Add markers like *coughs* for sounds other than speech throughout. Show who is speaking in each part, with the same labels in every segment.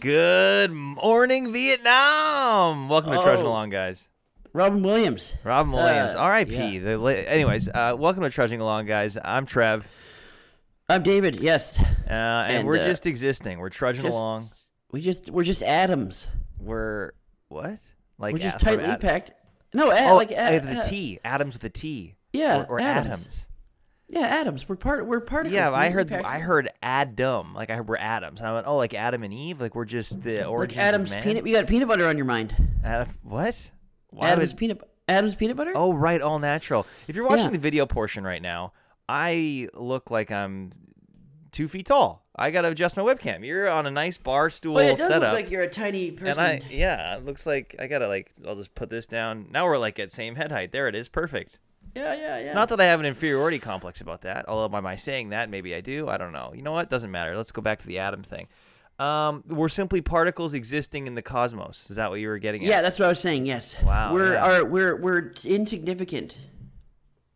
Speaker 1: Good morning, Vietnam. Welcome to Trudging
Speaker 2: Oh.
Speaker 1: Along, guys.
Speaker 2: Robin Williams.
Speaker 1: Robin Williams,
Speaker 2: Uh,
Speaker 1: R.I.P.
Speaker 2: yeah.
Speaker 1: The la- anyways, uh, welcome to Trudging Along, guys. I'm Trev,
Speaker 2: I'm David. Yes.
Speaker 1: uh, and,
Speaker 2: And,
Speaker 1: we're
Speaker 2: uh,
Speaker 1: just existing. We're trudging
Speaker 2: Just-
Speaker 1: along.
Speaker 2: We just we're just atoms.
Speaker 1: We're what? Like
Speaker 2: we're just
Speaker 1: a- from
Speaker 2: tightly
Speaker 1: at-
Speaker 2: packed. No, a-
Speaker 1: Oh,
Speaker 2: like a-
Speaker 1: uh, the
Speaker 2: a-
Speaker 1: T. Atoms with a T.
Speaker 2: Yeah,
Speaker 1: or, or
Speaker 2: atoms.
Speaker 1: atoms.
Speaker 2: Yeah, atoms. We're part. We're particles.
Speaker 1: Yeah, I
Speaker 2: neatly
Speaker 1: heard.
Speaker 2: packed.
Speaker 1: I heard Adam. Like I heard we're atoms. And I went, oh, like Adam and Eve. Like we're just the
Speaker 2: like
Speaker 1: origins
Speaker 2: Adam's
Speaker 1: of man.
Speaker 2: peanut. You got peanut butter on your mind.
Speaker 1: Adam- what? Why
Speaker 2: Adam's
Speaker 1: would-
Speaker 2: peanut. Adam's peanut butter.
Speaker 1: Oh, right, all natural. If you're watching
Speaker 2: Yeah.
Speaker 1: the video portion right now, I look like I'm two feet tall. I gotta adjust my webcam. You're on a nice bar stool
Speaker 2: but it does
Speaker 1: setup,
Speaker 2: look like you're a tiny person.
Speaker 1: and I yeah, it looks like I gotta like I'll just put this down. Now we're like at same head height. There it is, perfect.
Speaker 2: yeah, yeah, yeah.
Speaker 1: Not that I have an inferiority complex about that. Although am I saying that? Maybe I do. I don't know. You know what? Doesn't matter. Let's go back to the atom thing. Um, we're simply particles existing in the cosmos. Is that what you were getting at?
Speaker 2: yeah, that's what I was saying. Yes.
Speaker 1: Wow,
Speaker 2: We're
Speaker 1: yeah.
Speaker 2: are, we're we're insignificant.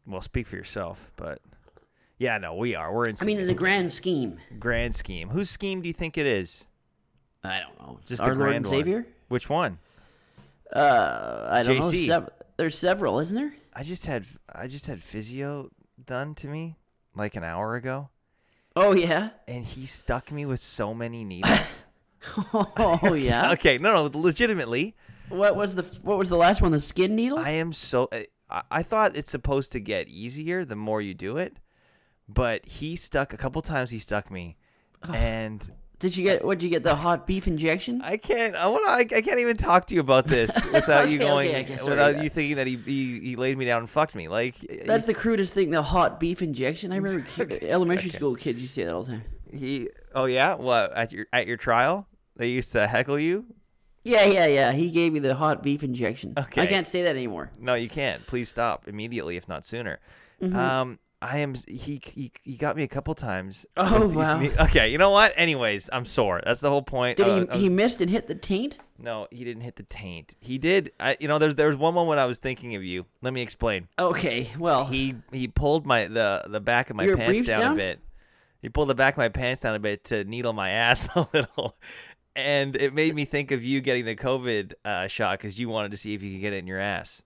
Speaker 1: Well, speak for yourself, but yeah, no, we are. We're in.
Speaker 2: I mean, in the grand scheme.
Speaker 1: grand scheme. Whose scheme do you think it is?
Speaker 2: I don't know.
Speaker 1: Just
Speaker 2: our
Speaker 1: the
Speaker 2: Lord
Speaker 1: grand
Speaker 2: and
Speaker 1: one.
Speaker 2: Savior.
Speaker 1: Which one?
Speaker 2: Uh, I don't
Speaker 1: JC.
Speaker 2: know. Sev- there's several, isn't there?
Speaker 1: I just had I just had physio done to me like an hour ago,
Speaker 2: Oh yeah.
Speaker 1: and he stuck me with so many needles. *laughs*
Speaker 2: Oh *laughs* yeah.
Speaker 1: okay, no, no, legitimately,
Speaker 2: What was the What was the last one? The skin needle.
Speaker 1: I am so. I- I, I thought it's supposed to get easier the more you do it, but he stuck a couple times. He stuck me, and
Speaker 2: Did you get? What did you get? The hot beef injection?
Speaker 1: I can't. I want. I, I can't even talk to you about
Speaker 2: *laughs*
Speaker 1: this without you
Speaker 2: Okay,
Speaker 1: going.
Speaker 2: okay, I guess I'll
Speaker 1: without
Speaker 2: do that.
Speaker 1: you thinking that he, he he laid me down and fucked me. Like
Speaker 2: That's the crudest thing. The hot beef
Speaker 1: *laughs*
Speaker 2: injection. I remember ki- elementary school kids used to say that all the time.
Speaker 1: he. Oh yeah. What at your at your trial? They used to heckle you.
Speaker 2: Yeah, yeah, yeah. He gave me the hot beef injection.
Speaker 1: Okay.
Speaker 2: I can't say that anymore.
Speaker 1: No, you can't. Please stop immediately, if not sooner.
Speaker 2: Mm-hmm.
Speaker 1: Um, I am. He he he got me a couple times. *laughs*
Speaker 2: Oh,
Speaker 1: with these
Speaker 2: wow.
Speaker 1: knee- okay. You know what? Anyways, I'm sore. That's the whole point.
Speaker 2: Did
Speaker 1: I was-
Speaker 2: he?
Speaker 1: I was-
Speaker 2: he missed and hit the taint.
Speaker 1: no, he didn't hit the taint. He did. I. You know, there's there's one moment I was thinking of you. Let me explain.
Speaker 2: Okay. Well.
Speaker 1: he he pulled my the the back of my
Speaker 2: Your
Speaker 1: pants
Speaker 2: briefs
Speaker 1: down, a
Speaker 2: down?
Speaker 1: bit. He pulled the back of my pants down a bit to needle my *laughs* ass a little, and it made me think of you getting the COVID uh, shot because you wanted to see if you could get it in your ass.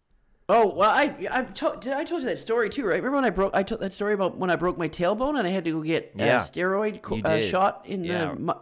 Speaker 2: oh well. I I, to, did, I told you that story too, right? Remember when I broke? I told that story about when I broke my tailbone and I had to go get uh,
Speaker 1: Yeah.
Speaker 2: steroid co-
Speaker 1: You
Speaker 2: uh,
Speaker 1: did.
Speaker 2: shot in
Speaker 1: Yeah.
Speaker 2: the. Mu-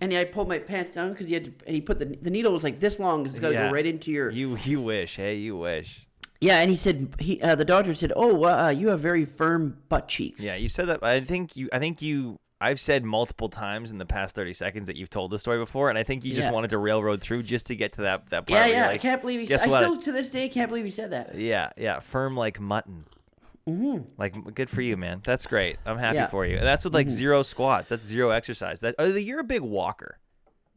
Speaker 2: and I pulled my pants down because he had to, and he put the the needle was like this long. 'cause It's got to
Speaker 1: Yeah.
Speaker 2: go right into your.
Speaker 1: You you wish, hey, you wish.
Speaker 2: Yeah, and he said he uh, the doctor said, "Oh, well, uh, you have very firm butt cheeks."
Speaker 1: Yeah, you said that. I think you. I think you. I've said multiple times in the past thirty seconds that you've told this story before, and I think you just
Speaker 2: Yeah.
Speaker 1: wanted to railroad through just to get to that that part.
Speaker 2: yeah,
Speaker 1: where you're
Speaker 2: yeah. I
Speaker 1: like,
Speaker 2: can't believe he.
Speaker 1: guess
Speaker 2: Said, I
Speaker 1: what?
Speaker 2: still to this day can't believe he said that.
Speaker 1: Yeah, yeah, firm like mutton. Mm-hmm. Like, good for you, man. That's great. I'm happy
Speaker 2: Yeah. Mm-hmm.
Speaker 1: for you. And that's with like zero squats. That's zero exercise. That oh, you're a big walker.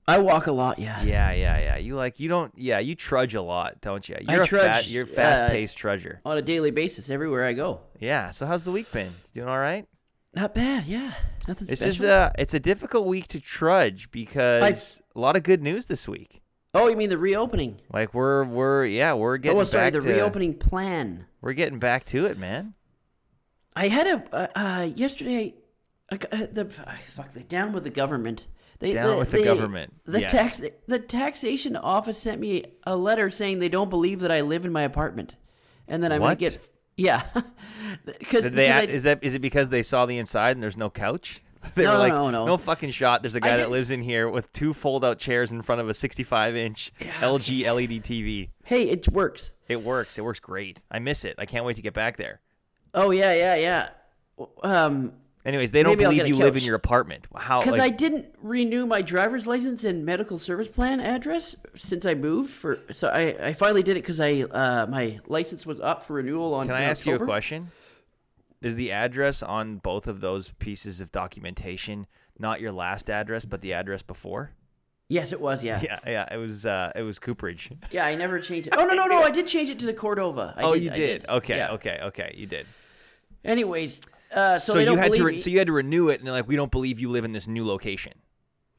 Speaker 2: I walk a lot. Yeah.
Speaker 1: Yeah, yeah, yeah. You like you don't. Yeah, you trudge a lot, don't you? You're a fat.
Speaker 2: trudge,
Speaker 1: You're
Speaker 2: uh,
Speaker 1: fast paced trudger.
Speaker 2: On a daily basis, everywhere I go.
Speaker 1: Yeah. So how's the week been? You doing all right?
Speaker 2: Not bad. Yeah. Nothing
Speaker 1: It's just
Speaker 2: special.
Speaker 1: a it's a difficult week to trudge because a lot of good news this week.
Speaker 2: oh, you mean the reopening?
Speaker 1: Like we're we're yeah we're getting
Speaker 2: oh, sorry,
Speaker 1: back
Speaker 2: the
Speaker 1: to
Speaker 2: reopening plan.
Speaker 1: we're getting back to it, man.
Speaker 2: I had a uh, uh, yesterday. I got- Uh, the ah, fuck the down with the government. They,
Speaker 1: Down with the
Speaker 2: they-
Speaker 1: government,
Speaker 2: The
Speaker 1: yes.
Speaker 2: tax the taxation office sent me a letter saying they don't believe that I live in my apartment, and that I'm
Speaker 1: What?
Speaker 2: gonna get yeah. *laughs* 'Cause- because
Speaker 1: Did they
Speaker 2: I-
Speaker 1: act, is that is it because they saw the inside and there's no couch? *laughs* They
Speaker 2: No,
Speaker 1: were
Speaker 2: no,
Speaker 1: like,
Speaker 2: no, no.
Speaker 1: fucking shot. There's a guy that
Speaker 2: did-
Speaker 1: lives in here with two fold-out chairs in front of a 65-inch LG LED TV.
Speaker 2: hey, it works.
Speaker 1: It works. It works great. I miss it. I can't wait to get back there.
Speaker 2: Oh yeah, yeah, yeah. Um,
Speaker 1: Anyways, they don't
Speaker 2: Maybe I'll
Speaker 1: believe
Speaker 2: get a
Speaker 1: you live in
Speaker 2: couch.
Speaker 1: your apartment. How?
Speaker 2: because
Speaker 1: like-
Speaker 2: I didn't renew my driver's license and medical service plan address since I moved for. So I, I finally did it because I uh, my license was up for renewal on.
Speaker 1: Can I
Speaker 2: in
Speaker 1: ask you a
Speaker 2: October.
Speaker 1: question? Is the address on both of those pieces of documentation not your last address, but the address before? *laughs*
Speaker 2: Yes, it was. Yeah. yeah,
Speaker 1: Yeah, yeah. It was. Uh, it was Cooperage.
Speaker 2: I never changed it. Oh no, no, no! I did change it to the Cordova. I
Speaker 1: oh,
Speaker 2: did,
Speaker 1: you
Speaker 2: I
Speaker 1: did. Okay,
Speaker 2: Yeah.
Speaker 1: okay, okay. You did.
Speaker 2: Anyways, uh,
Speaker 1: so,
Speaker 2: so, they
Speaker 1: you
Speaker 2: don't
Speaker 1: had to
Speaker 2: believe
Speaker 1: re-
Speaker 2: me.
Speaker 1: so you had to renew it, and they're like, "We don't believe you live in this new location."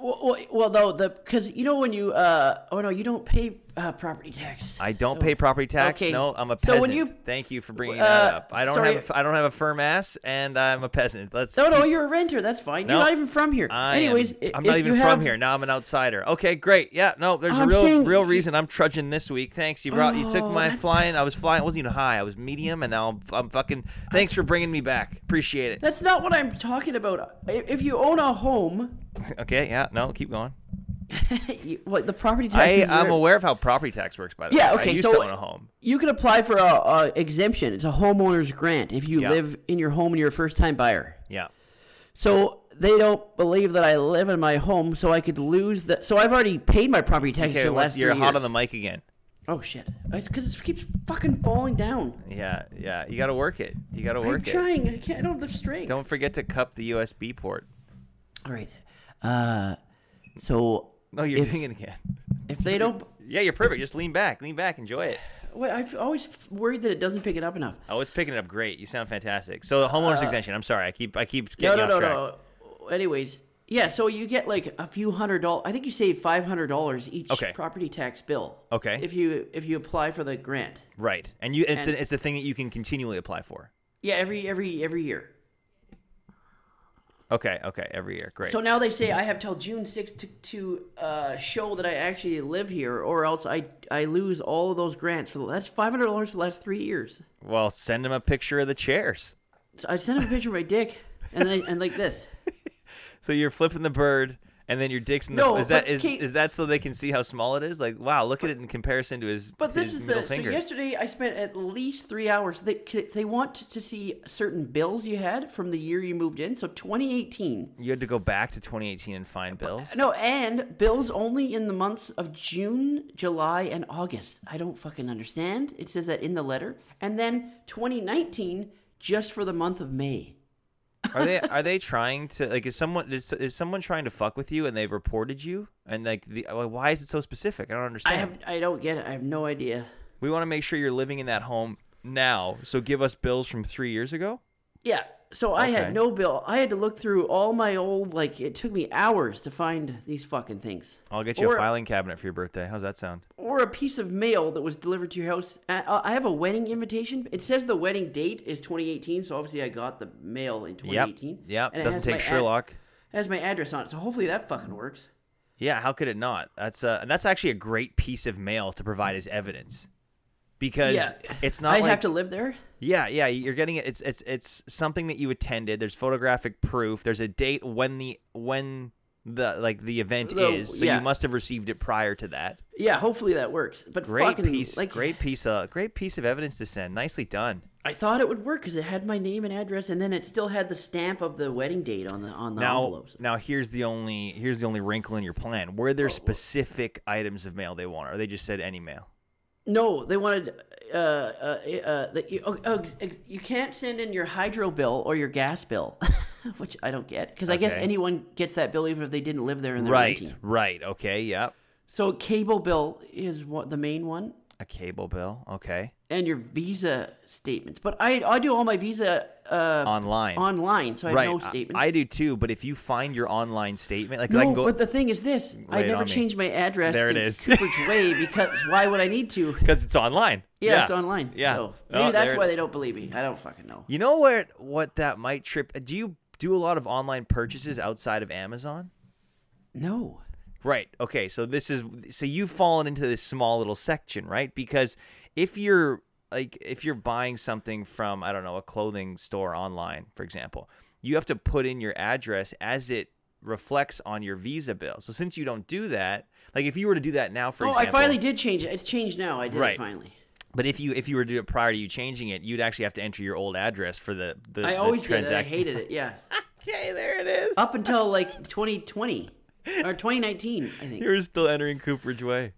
Speaker 2: Well, Well, well, though the because you know when you uh oh no you don't pay uh, property tax.
Speaker 1: I don't
Speaker 2: So-
Speaker 1: pay property tax.
Speaker 2: okay.
Speaker 1: No, I'm a
Speaker 2: So
Speaker 1: peasant.
Speaker 2: when you-
Speaker 1: Thank you for bringing
Speaker 2: Uh,
Speaker 1: that up. I don't
Speaker 2: sorry.
Speaker 1: have a, I don't have a firm ass, and I'm a peasant. Let's.
Speaker 2: No, no, you're a renter. That's fine.
Speaker 1: No.
Speaker 2: you're not even from here.
Speaker 1: I
Speaker 2: Anyways,
Speaker 1: am,
Speaker 2: i-
Speaker 1: I'm not
Speaker 2: if
Speaker 1: even
Speaker 2: you
Speaker 1: from
Speaker 2: have-
Speaker 1: here. Now I'm an outsider. Okay, great. Yeah, no, there's a
Speaker 2: I'm
Speaker 1: real
Speaker 2: saying-
Speaker 1: real reason I'm trudging this week. Thanks, you brought you took
Speaker 2: Oh,
Speaker 1: my
Speaker 2: that's-
Speaker 1: flying. I was flying. I wasn't even high. I was medium, and now I'm, I'm fucking. Thanks for bringing me back. Appreciate it.
Speaker 2: That's not what I'm talking about. I- If you own a home, *laughs*
Speaker 1: Okay, yeah, no, keep going.
Speaker 2: you, what the property
Speaker 1: I
Speaker 2: taxes
Speaker 1: I'm
Speaker 2: are-
Speaker 1: aware of how property tax works. By the
Speaker 2: Yeah,
Speaker 1: way, I
Speaker 2: okay,
Speaker 1: used
Speaker 2: so-
Speaker 1: to own a home.
Speaker 2: You can apply for a, a exemption. It's a homeowner's grant if you
Speaker 1: Yeah.
Speaker 2: live in your home and you're a first time buyer.
Speaker 1: Yeah.
Speaker 2: So they don't believe that I live in my home, so I could lose the. So I've already paid my property taxes
Speaker 1: Okay,
Speaker 2: for the
Speaker 1: what's-
Speaker 2: last
Speaker 1: you're
Speaker 2: three
Speaker 1: hot
Speaker 2: years.
Speaker 1: on the mic again.
Speaker 2: Oh shit! Because it keeps fucking falling down.
Speaker 1: Yeah, yeah. You got to work it. You got to work
Speaker 2: I'm
Speaker 1: it.
Speaker 2: trying. I can't. I don't have the strength.
Speaker 1: Don't forget to cup the USB port.
Speaker 2: All right. Uh, so
Speaker 1: No, you're
Speaker 2: If-
Speaker 1: doing it again. *laughs*
Speaker 2: if they don't,
Speaker 1: Yeah, you're perfect. Just lean back, lean back, enjoy it.
Speaker 2: wait, I've always f- worried that it doesn't pick it up enough.
Speaker 1: Oh, it's picking it up great. You sound fantastic. So the homeowners exemption. I'm sorry, I keep I keep
Speaker 2: Uh, No,
Speaker 1: getting
Speaker 2: no,
Speaker 1: you
Speaker 2: no,
Speaker 1: off track.
Speaker 2: no. Anyways, yeah. So you get like a few hundred dollars. I think you save five hundred dollars each
Speaker 1: Okay.
Speaker 2: property tax bill.
Speaker 1: Okay.
Speaker 2: If you if you apply for the grant,
Speaker 1: Right, and you it's
Speaker 2: And-
Speaker 1: a, it's a thing that you can continually apply for.
Speaker 2: yeah, every every every year.
Speaker 1: Okay, okay, every year. Great.
Speaker 2: So now they say I have till June sixth to, to uh, show that I actually live here, or else I I lose all of those grants for the, that's five hundred dollars for the last three years.
Speaker 1: well, send them a picture of the chairs.
Speaker 2: So I sent him a picture of my dick, and then and
Speaker 1: *laughs*
Speaker 2: like this.
Speaker 1: So you're flipping the bird, and then your dick's in the.
Speaker 2: No,
Speaker 1: is that
Speaker 2: but
Speaker 1: is,
Speaker 2: Kate-
Speaker 1: is that so they can see how small it is? Like, wow, look at it in comparison to his.
Speaker 2: But
Speaker 1: to
Speaker 2: this
Speaker 1: his
Speaker 2: is
Speaker 1: middle
Speaker 2: the
Speaker 1: finger.
Speaker 2: so yesterday I spent at least three hours. They they want to see certain bills you had from the year you moved in. So 2018.
Speaker 1: you had to go back to 2018 and find bills.
Speaker 2: No, and bills only in the months of June, July, and August. I don't fucking understand. It says that in the letter. And then 2019 just for the month of May.
Speaker 1: are they are
Speaker 2: *laughs*
Speaker 1: they trying to like is someone is, is someone trying to fuck with you and they've reported you and like the, like, why is it so specific? I don't
Speaker 2: I
Speaker 1: understand.
Speaker 2: have I don't get it. I have no idea.
Speaker 1: we want to make sure you're living in that home now, so give us bills from three years ago.
Speaker 2: Yeah. So I
Speaker 1: Okay.
Speaker 2: had no bill. I had to look through all my old like it took me hours to find these fucking things.
Speaker 1: I'll get you a
Speaker 2: Or-
Speaker 1: filing cabinet for your birthday. How's that sound?
Speaker 2: or a piece of mail that was delivered to your house. I I have a wedding invitation. It says the wedding date is 2018, so obviously I got the mail in 2018.
Speaker 1: Yep.
Speaker 2: And
Speaker 1: Yep.
Speaker 2: it
Speaker 1: Doesn't
Speaker 2: has
Speaker 1: take
Speaker 2: my ad-
Speaker 1: Sherlock.
Speaker 2: it has my address on it, so hopefully that fucking works.
Speaker 1: Yeah, how could it not? That's uh, and that's actually a great piece of mail to provide as evidence, because
Speaker 2: Yeah.
Speaker 1: it's not
Speaker 2: I'd
Speaker 1: like
Speaker 2: have to live there.
Speaker 1: yeah, yeah, you're getting it. It's it's it's something that you attended. There's photographic proof. There's a date when the when the like the event
Speaker 2: The-
Speaker 1: is. So
Speaker 2: yeah.
Speaker 1: you must have received it prior to that.
Speaker 2: Yeah, hopefully that works. But
Speaker 1: Great
Speaker 2: fucking,
Speaker 1: piece,
Speaker 2: like,
Speaker 1: great piece, uh, great piece of evidence to send. Nicely done.
Speaker 2: I thought it would work because it had my name and address, and then it still had the stamp of the wedding date on the on the
Speaker 1: now,
Speaker 2: envelopes.
Speaker 1: now here's the only here's the only wrinkle in your plan. Were there specific items of mail they want, or they just said any mail?
Speaker 2: No, they wanted. Uh, uh, uh, that you, oh, oh, ex- ex- you can't send in your hydro bill or your gas bill, *laughs* which I don't get because I guess
Speaker 1: Okay.
Speaker 2: anyone gets that bill even if they didn't live there in the
Speaker 1: Right,
Speaker 2: renting.
Speaker 1: right, okay, yep.
Speaker 2: So cable bill is what the main one,
Speaker 1: A cable bill, okay.
Speaker 2: and your visa statements. But I I do all my visa uh,
Speaker 1: Online,
Speaker 2: online, so I
Speaker 1: right?
Speaker 2: have no
Speaker 1: I-
Speaker 2: statements.
Speaker 1: I, do too. But if you find your online statement, like 'cause
Speaker 2: No,
Speaker 1: I can go,
Speaker 2: but the thing is this: I
Speaker 1: Lay it
Speaker 2: never
Speaker 1: on me.
Speaker 2: changed my address
Speaker 1: There it
Speaker 2: since
Speaker 1: is. *laughs*
Speaker 2: Cooperage Way because why would I need to? *laughs*
Speaker 1: because it's online.
Speaker 2: Yeah, it's online.
Speaker 1: Yeah,
Speaker 2: so
Speaker 1: Oh,
Speaker 2: maybe that's
Speaker 1: there it-
Speaker 2: why they don't believe me. I don't fucking know.
Speaker 1: You know what? What that might trip? Do you do a lot of online purchases outside of Amazon?
Speaker 2: No.
Speaker 1: Right. Okay. So this is so you've fallen into this small little section, right? Because if you're like if you're buying something from I don't know a clothing store online, for example, you have to put in your address as it reflects on your Visa bill. So since you don't do that, like if you were to do that now, for
Speaker 2: oh,
Speaker 1: example,
Speaker 2: I finally did change it. It's changed now. I did
Speaker 1: Right.
Speaker 2: it finally.
Speaker 1: but if you if you were to do it prior to you changing it, you'd actually have to enter your old address for the the
Speaker 2: I
Speaker 1: the
Speaker 2: always did it. I Oh.
Speaker 1: transac-
Speaker 2: hated
Speaker 1: *laughs*
Speaker 2: it. Yeah.
Speaker 1: Okay, there it is.
Speaker 2: Up until like 2020 or 2019, I think.
Speaker 1: You're still entering Cooperage Way.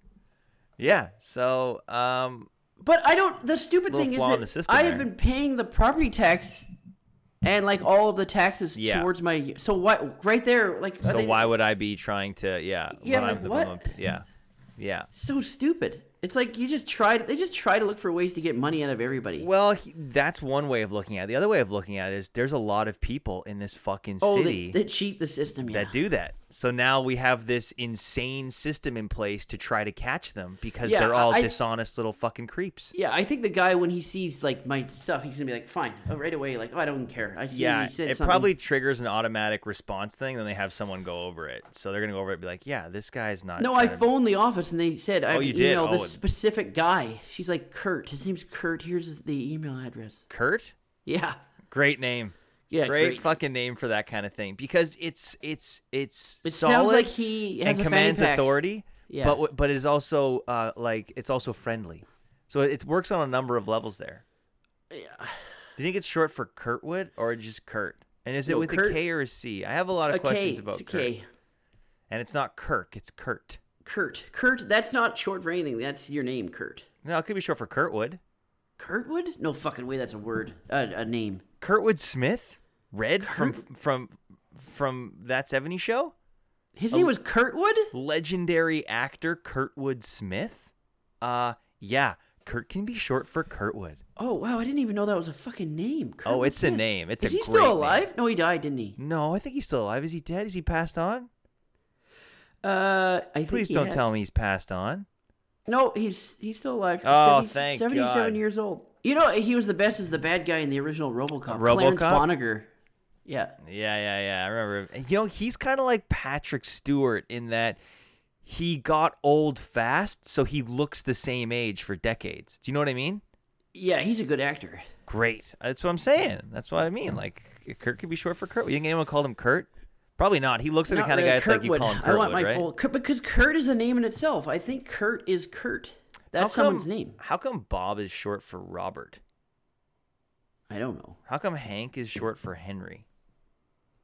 Speaker 1: Yeah. So um,
Speaker 2: But I don't. The stupid
Speaker 1: Little
Speaker 2: thing is
Speaker 1: flaw in
Speaker 2: that
Speaker 1: the system
Speaker 2: I have
Speaker 1: there.
Speaker 2: been paying the property tax and like all of the taxes
Speaker 1: Yeah.
Speaker 2: towards my. So what? Right there, like. are
Speaker 1: So
Speaker 2: they-
Speaker 1: why would I be trying to? Yeah.
Speaker 2: Yeah,
Speaker 1: when
Speaker 2: like
Speaker 1: I'm-
Speaker 2: what?
Speaker 1: I'm- yeah. Yeah.
Speaker 2: So stupid. It's like you just try. They just try to look for ways to get money out of everybody.
Speaker 1: Well, he, that's one way of looking at it. The other way of looking at it is there's a lot of people in this fucking
Speaker 2: oh,
Speaker 1: city
Speaker 2: they, they cheat the system. Yeah.
Speaker 1: that do that. So now we have this insane system in place to try to catch them because
Speaker 2: Yeah,
Speaker 1: they're all
Speaker 2: I-
Speaker 1: dishonest little fucking creeps.
Speaker 2: yeah, I think the guy when he sees like my stuff, he's gonna be like, "Fine," oh, right away. Like, "Oh, I don't care." I see
Speaker 1: Yeah,
Speaker 2: you
Speaker 1: it
Speaker 2: said something.
Speaker 1: probably triggers an automatic response thing. Then they have someone go over it. So they're gonna go over it and be like, "Yeah, this guy's not." *laughs*
Speaker 2: No, I
Speaker 1: trying to-
Speaker 2: phoned the office and they said I
Speaker 1: Oh,
Speaker 2: have
Speaker 1: you
Speaker 2: to
Speaker 1: did?
Speaker 2: email
Speaker 1: Oh.
Speaker 2: this specific guy. She's like Kurt. His name's Kurt. Here's the email address. *laughs*
Speaker 1: Kurt.
Speaker 2: Yeah,
Speaker 1: Great name.
Speaker 2: yeah,
Speaker 1: great,
Speaker 2: great.
Speaker 1: fucking name for that kind of thing because it's it's it's
Speaker 2: It
Speaker 1: solid
Speaker 2: sounds like he has
Speaker 1: and
Speaker 2: a
Speaker 1: commands
Speaker 2: fanny pack.
Speaker 1: authority,
Speaker 2: Yeah.
Speaker 1: but w- but is also uh, like it's also friendly, so it, it works on a number of levels there.
Speaker 2: Yeah.
Speaker 1: Do you think it's short for Kurtwood or just Kurt? And is it
Speaker 2: No,
Speaker 1: with
Speaker 2: Kurt-
Speaker 1: a K or a C? I have a lot of
Speaker 2: Okay,
Speaker 1: questions about
Speaker 2: it's
Speaker 1: Kurt,
Speaker 2: okay.
Speaker 1: and it's not Kirk, it's Kurt.
Speaker 2: Kurt. Kurt. That's not short for anything. That's your name, Kurt.
Speaker 1: No, it could be short for Kurtwood.
Speaker 2: Kurtwood? No fucking way. That's a word. Uh, a name.
Speaker 1: Kurtwood Smith, Red from from from that '70s show,
Speaker 2: His
Speaker 1: Oh.
Speaker 2: name was Kurtwood.
Speaker 1: legendary actor Kurtwood Smith. Uh, yeah, Kurt can be short for Kurtwood.
Speaker 2: Oh wow, I didn't even know that was a fucking name.
Speaker 1: Oh,
Speaker 2: Kurtwood
Speaker 1: it's a
Speaker 2: Smith.
Speaker 1: name. It's
Speaker 2: Is
Speaker 1: a
Speaker 2: he
Speaker 1: great
Speaker 2: still alive? No, he died, didn't he?
Speaker 1: Name. No, I think he's still alive. Is he dead? Is he passed on?
Speaker 2: Uh, I think.
Speaker 1: Please
Speaker 2: he
Speaker 1: don't
Speaker 2: has-
Speaker 1: tell me he's passed on.
Speaker 2: No, he's he's still alive.
Speaker 1: Oh,
Speaker 2: 70
Speaker 1: thank
Speaker 2: Seventy-seven
Speaker 1: God.
Speaker 2: years old. You know, he was the best as the bad guy in the original RoboCop. Clarence
Speaker 1: RoboCop?
Speaker 2: Bonniger. Yeah.
Speaker 1: Yeah, yeah, yeah. I remember. him. You know, he's kind of like Patrick Stewart in that he got old fast, so he looks the same age for decades. Do you know what I mean?
Speaker 2: Yeah, he's a good actor.
Speaker 1: Great. That's what I'm saying. That's what I mean. Like Kurt could be short for Kurt. You think anyone called him Kurt? Probably not. He looks like
Speaker 2: Not
Speaker 1: the kind
Speaker 2: really
Speaker 1: of guy that's like you
Speaker 2: Kurtwood.
Speaker 1: call him Kurtwood,
Speaker 2: I want my
Speaker 1: right?
Speaker 2: full Kurt, because Kurt is a name in itself. I think Kurt is Kurt. That's
Speaker 1: how come,
Speaker 2: someone's name.
Speaker 1: How come Bob is short for Robert?
Speaker 2: I don't know.
Speaker 1: How come Hank is short for Henry?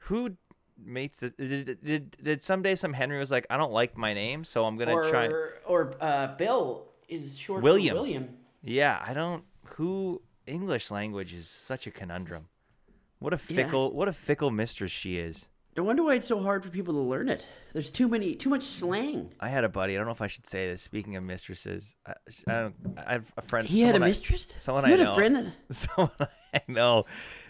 Speaker 1: Who mates this? Did, did, did someday some Henry was like, I don't like my name, so I'm gonna
Speaker 2: or
Speaker 1: try.
Speaker 2: or uh, Bill is short
Speaker 1: William.
Speaker 2: for William.
Speaker 1: Yeah, I don't. Who English language is such a conundrum. What a
Speaker 2: Yeah.
Speaker 1: fickle, what a fickle mistress she is.
Speaker 2: I wonder why it's so hard for people to learn it. There's too many, too much slang.
Speaker 1: I had a buddy. I don't know if I should say this. Speaking of mistresses, I, I don't. I have a friend.
Speaker 2: He had a
Speaker 1: someone I-
Speaker 2: mistress.
Speaker 1: someone
Speaker 2: you
Speaker 1: I
Speaker 2: had
Speaker 1: know.
Speaker 2: a friend
Speaker 1: *laughs*
Speaker 2: that
Speaker 1: someone I know.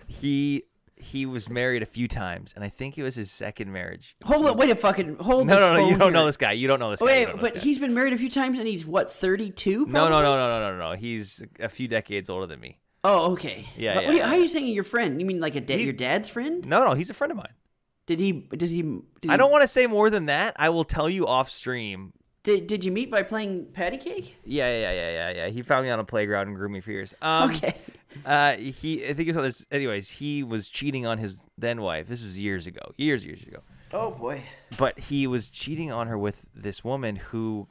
Speaker 1: He he was married a few times, and I think it was his second marriage.
Speaker 2: Hold on, wait a fucking hold.
Speaker 1: No,
Speaker 2: this
Speaker 1: no, no. You
Speaker 2: phone
Speaker 1: don't know
Speaker 2: here.
Speaker 1: this guy. You don't know this guy. you
Speaker 2: Wait,
Speaker 1: don't know this
Speaker 2: but
Speaker 1: guy.
Speaker 2: he's been married a few times, and he's what thirty-two?
Speaker 1: No, no, no, no, no, no, no. He's a few decades older than me.
Speaker 2: Oh, okay.
Speaker 1: Yeah,
Speaker 2: But
Speaker 1: yeah,
Speaker 2: what do you-
Speaker 1: yeah.
Speaker 2: How are you saying your friend? You mean like a da-
Speaker 1: He-
Speaker 2: your dad's friend?
Speaker 1: No, no, he's a friend of mine.
Speaker 2: Did he? Does he? Did
Speaker 1: I
Speaker 2: he-
Speaker 1: don't want to say more than that. I will tell you off stream.
Speaker 2: Did, did you meet by playing patty cake?
Speaker 1: Yeah, yeah, yeah, yeah, yeah. He found me on a playground and grew me for years. Um,
Speaker 2: okay.
Speaker 1: Uh, he, I think it was on his. Anyways, he was cheating on his then wife. This was years ago, years, years ago.
Speaker 2: Oh boy.
Speaker 1: but he was cheating on her with this woman who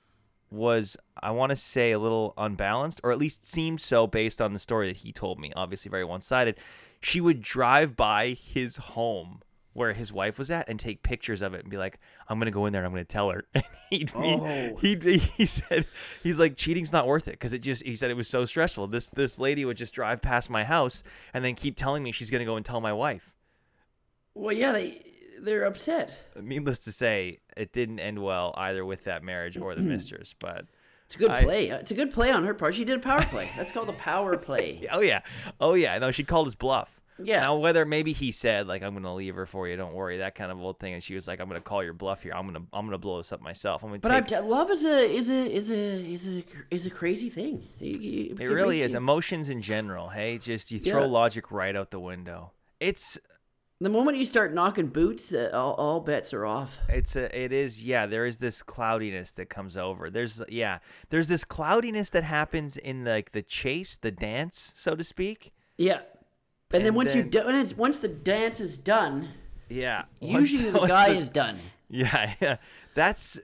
Speaker 1: was i want to say a little unbalanced or at least seemed so based on the story that he told me obviously very one-sided she would drive by his home where his wife was at and take pictures of it and be like i'm gonna go in there and i'm gonna tell her *laughs* and he'd,
Speaker 2: Oh.
Speaker 1: he, he *laughs* he said he's like cheating's not worth it because it just he said it was so stressful this this lady would just drive past my house and then keep telling me she's gonna go and tell my wife
Speaker 2: Well, yeah, they they're upset.
Speaker 1: needless to say, it didn't end well either with that marriage or the mistress. But
Speaker 2: It's a good
Speaker 1: I-
Speaker 2: play. It's a good play on her part. She did a power play. That's called
Speaker 1: *laughs*
Speaker 2: a power play.
Speaker 1: oh yeah, oh yeah, no, she called his bluff.
Speaker 2: Yeah.
Speaker 1: Now whether maybe he said like I'm gonna leave her for you, don't worry, that kind of old thing, and she was like I'm gonna call your bluff here. I'm gonna I'm gonna blow this up myself. I'm gonna
Speaker 2: But I'm
Speaker 1: take.
Speaker 2: t- love is a is a is a is a is a crazy thing. You- you-
Speaker 1: it
Speaker 2: can
Speaker 1: really
Speaker 2: make
Speaker 1: is
Speaker 2: you-
Speaker 1: emotions in general. Hey, just you throw
Speaker 2: Yeah.
Speaker 1: logic right out the window. It's
Speaker 2: The moment you start knocking boots, uh, all, all bets are off.
Speaker 1: it's a it is yeah there is this cloudiness that comes over there's yeah there's this cloudiness that happens in like the chase the dance so to speak
Speaker 2: Yeah. And, then
Speaker 1: And
Speaker 2: once you
Speaker 1: then-
Speaker 2: do, when it's, once the dance is done,
Speaker 1: yeah Once-
Speaker 2: usually
Speaker 1: *laughs*
Speaker 2: the
Speaker 1: once
Speaker 2: guy is done.
Speaker 1: Yeah, *laughs* yeah. That's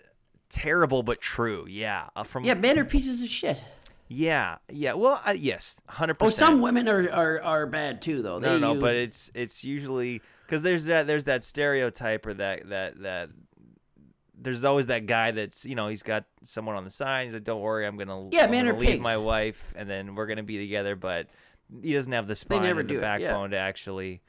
Speaker 1: terrible but true. Yeah. Uh, from
Speaker 2: Yeah,
Speaker 1: yeah,
Speaker 2: men are pieces of shit.
Speaker 1: yeah. Well, uh, yes, 100%.
Speaker 2: Oh, some women are, are, are bad too, though.
Speaker 1: No,
Speaker 2: They
Speaker 1: no, no,
Speaker 2: use-
Speaker 1: but it's it's usually cuz there's that there's that stereotype or that that that there's always that guy that's, you know, he's got someone on the side. He's like, "Don't worry, I'm going to
Speaker 2: Yeah,
Speaker 1: I'm
Speaker 2: men
Speaker 1: gonna
Speaker 2: are
Speaker 1: leave
Speaker 2: pigs.
Speaker 1: my wife and then we're going to be together, but he doesn't have the spine
Speaker 2: never
Speaker 1: and the
Speaker 2: do it, yeah.
Speaker 1: backbone to actually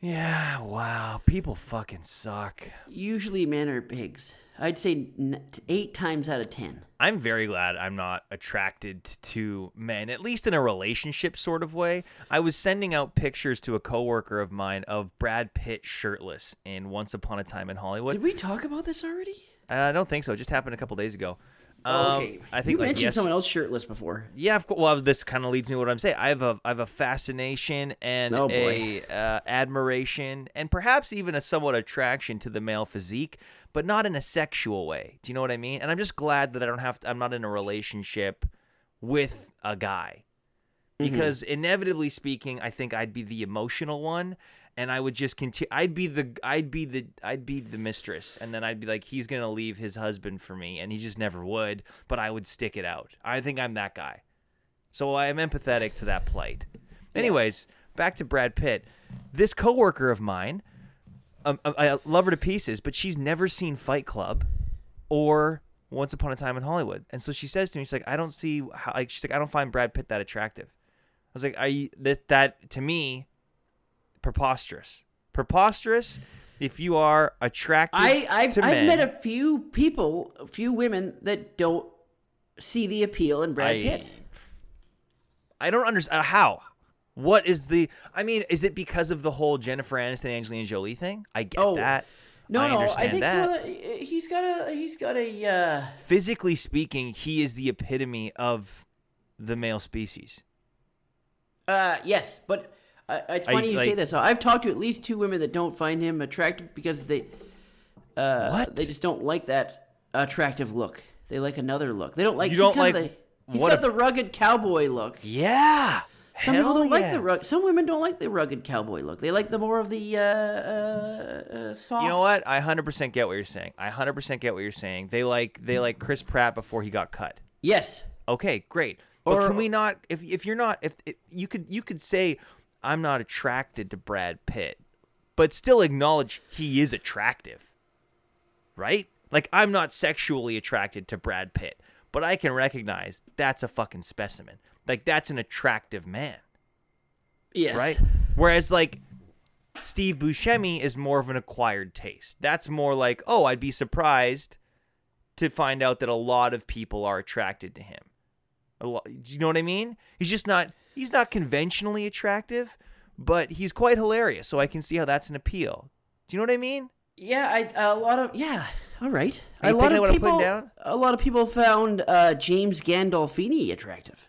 Speaker 1: Yeah, wow. People fucking suck.
Speaker 2: Usually men are pigs. I'd say n- eight times out of ten.
Speaker 1: I'm very glad I'm not attracted to men, at least in a relationship sort of way. I was sending out pictures to a coworker of mine of Brad Pitt shirtless in Once Upon a Time in Hollywood.
Speaker 2: Did we talk about this already?
Speaker 1: I don't think so. It just happened a couple days ago.
Speaker 2: Oh,
Speaker 1: Um, I think
Speaker 2: you
Speaker 1: like
Speaker 2: mentioned
Speaker 1: yes-
Speaker 2: someone else shirtless before.
Speaker 1: Yeah, of course. Well, this kind of leads me to what I'm saying. I have a I have a fascination and
Speaker 2: Oh,
Speaker 1: a
Speaker 2: boy.
Speaker 1: uh, admiration and perhaps even a somewhat attraction to the male physique, but not in a sexual way. Do you know what I mean? And I'm just glad that I don't have to, I'm not in a relationship with a guy. Because inevitably speaking, I think I'd be the emotional one and I would just continue I'd be the I'd be the I'd be the mistress and then I'd be like he's going to leave his husband for me and he just never would, but I would stick it out. I think I'm that guy. So I am empathetic to that plight. Anyways, back to Brad Pitt. This coworker of mine, um, I I love her to pieces, but she's never seen Fight Club or Once Upon a Time in Hollywood. And so she says to me, she's like, I don't see how, like, she's like, I don't find Brad Pitt that attractive. I was like, are you, that, that to me, preposterous. Preposterous if you are attracted
Speaker 2: I I've,
Speaker 1: to
Speaker 2: I've
Speaker 1: men.
Speaker 2: met a few people, a few women that don't see the appeal in Brad
Speaker 1: I-
Speaker 2: Pitt.
Speaker 1: I don't understand how. What is the? I mean, is it because of the whole Jennifer Aniston, Angelina Jolie thing? I get
Speaker 2: Oh,
Speaker 1: that.
Speaker 2: No,
Speaker 1: I
Speaker 2: no,
Speaker 1: understand
Speaker 2: I think
Speaker 1: that.
Speaker 2: some of the- uh, he's got a he's got a uh,
Speaker 1: Physically speaking, he is the epitome of the male species.
Speaker 2: uh yes, but uh, it's
Speaker 1: I-
Speaker 2: funny you say
Speaker 1: like-
Speaker 2: this. I've talked to at least two women that don't find him attractive because they uh,
Speaker 1: What?
Speaker 2: they just don't like that attractive look. They like another look. They don't like
Speaker 1: You
Speaker 2: he's
Speaker 1: don't
Speaker 2: got
Speaker 1: like-
Speaker 2: the, he's
Speaker 1: what
Speaker 2: got
Speaker 1: a-
Speaker 2: the rugged cowboy look.
Speaker 1: Yeah.
Speaker 2: Some
Speaker 1: Hell
Speaker 2: people don't
Speaker 1: yeah.
Speaker 2: like the rugged. Some women don't like the rugged cowboy look. They like the more of the uh, uh, uh, soft.
Speaker 1: You know what? I 100% get what you're saying. I 100% get what you're saying. They like they like Chris Pratt before he got cut.
Speaker 2: Yes.
Speaker 1: Okay, great. but
Speaker 2: Or-
Speaker 1: can we not? If if you're not, if, if you could, you could say, I'm not attracted to Brad Pitt, but still acknowledge he is attractive, right? Like I'm not sexually attracted to Brad Pitt, but I can recognize that's a fucking specimen. Like that's an attractive man,
Speaker 2: Yes.
Speaker 1: right? Whereas like. Steve Buscemi is more of an acquired taste. That's more like, oh, I'd be surprised to find out that a lot of people are attracted to him. A lot, do you know what I mean? He's just not he's not conventionally attractive, but he's quite hilarious, so I can see how that's an appeal. Do you know what I mean?
Speaker 2: Yeah. I a lot of yeah. All right.
Speaker 1: Are you
Speaker 2: a lot
Speaker 1: picking
Speaker 2: of
Speaker 1: what I'm
Speaker 2: people.
Speaker 1: putting down?
Speaker 2: A lot of people found uh, James Gandolfini attractive.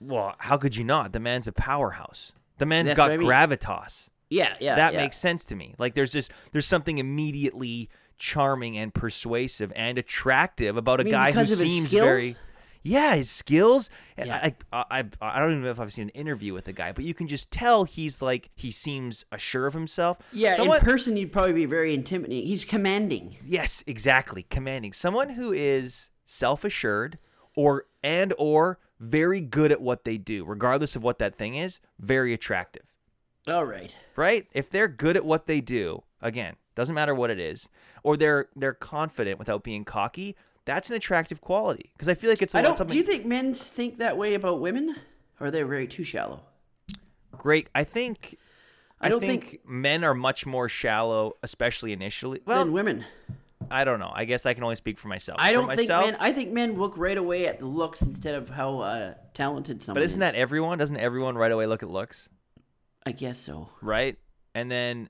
Speaker 1: Well, how could you not? The man's a powerhouse. The man's
Speaker 2: That's
Speaker 1: got
Speaker 2: what I mean.
Speaker 1: gravitas.
Speaker 2: Yeah. Yeah.
Speaker 1: that
Speaker 2: yeah.
Speaker 1: makes sense to me. Like there's just there's something immediately charming and persuasive and attractive about a
Speaker 2: mean
Speaker 1: guy who
Speaker 2: because of his
Speaker 1: seems
Speaker 2: skills?
Speaker 1: very yeah, his skills. And
Speaker 2: Yeah.
Speaker 1: I, I, I, I don't even know if I've seen an interview with the guy, but you can just tell he's like he seems assured of himself.
Speaker 2: Yeah.
Speaker 1: Someone-
Speaker 2: In person, you'd probably be very intimidating. He's commanding.
Speaker 1: yes, exactly. Commanding someone who is self-assured or and or very good at what they do, regardless of what that thing is. Very attractive.
Speaker 2: All right.
Speaker 1: right? If they're good at what they do, again, doesn't matter what it is, or they're they're confident without being cocky, that's an attractive quality because I feel like it's a
Speaker 2: I don't.
Speaker 1: something
Speaker 2: Do you think men think that way about women? Or are they very too shallow?
Speaker 1: great. I think
Speaker 2: I don't
Speaker 1: think, men are much more shallow, especially initially. Well,
Speaker 2: than women.
Speaker 1: I don't know. I guess I can only speak for myself.
Speaker 2: I
Speaker 1: For
Speaker 2: don't think
Speaker 1: myself,
Speaker 2: men. I think men look right away at the looks instead of how uh, talented someone.
Speaker 1: But isn't
Speaker 2: is.
Speaker 1: that everyone? Doesn't everyone right away look at looks,
Speaker 2: I guess so.
Speaker 1: right? And then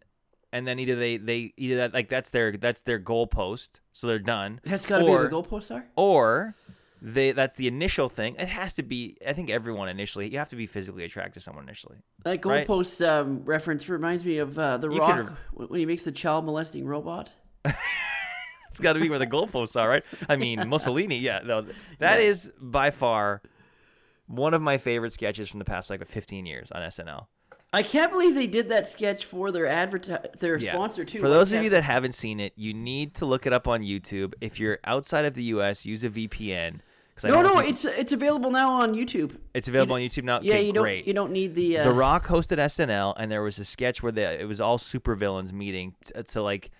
Speaker 1: and then either they they either that like that's their that's their goalpost, so they're done.
Speaker 2: That's got to be
Speaker 1: or,
Speaker 2: where the goalposts are.
Speaker 1: or they that's the initial thing. It has to be. I think everyone initially you have to be physically attracted to someone initially. *laughs*
Speaker 2: That
Speaker 1: right.
Speaker 2: goalpost um, reference reminds me of uh, the
Speaker 1: You
Speaker 2: Rock
Speaker 1: could re-
Speaker 2: w- when he makes the child molesting robot.
Speaker 1: It's got to be where the goalposts are, right? I
Speaker 2: *laughs*
Speaker 1: mean, Mussolini. Yeah, no, that is by far one of my favorite sketches from the past like 15 years on SNL.
Speaker 2: I can't believe they did that sketch for their adverti- their
Speaker 1: Yeah.
Speaker 2: sponsor too.
Speaker 1: For
Speaker 2: White
Speaker 1: those of
Speaker 2: Castle.
Speaker 1: you that haven't seen it, you need to look it up on YouTube. If you're outside of the U.S., use a VPN. 'cause I
Speaker 2: no,
Speaker 1: don't know
Speaker 2: no,
Speaker 1: if you-
Speaker 2: it's it's available now on YouTube.
Speaker 1: it's available on YouTube now.
Speaker 2: Yeah,
Speaker 1: Okay,
Speaker 2: you
Speaker 1: great.
Speaker 2: don't you don't need the. Uh,
Speaker 1: The Rock hosted SNL, and there was a sketch where they, it was all supervillains meeting to, to like,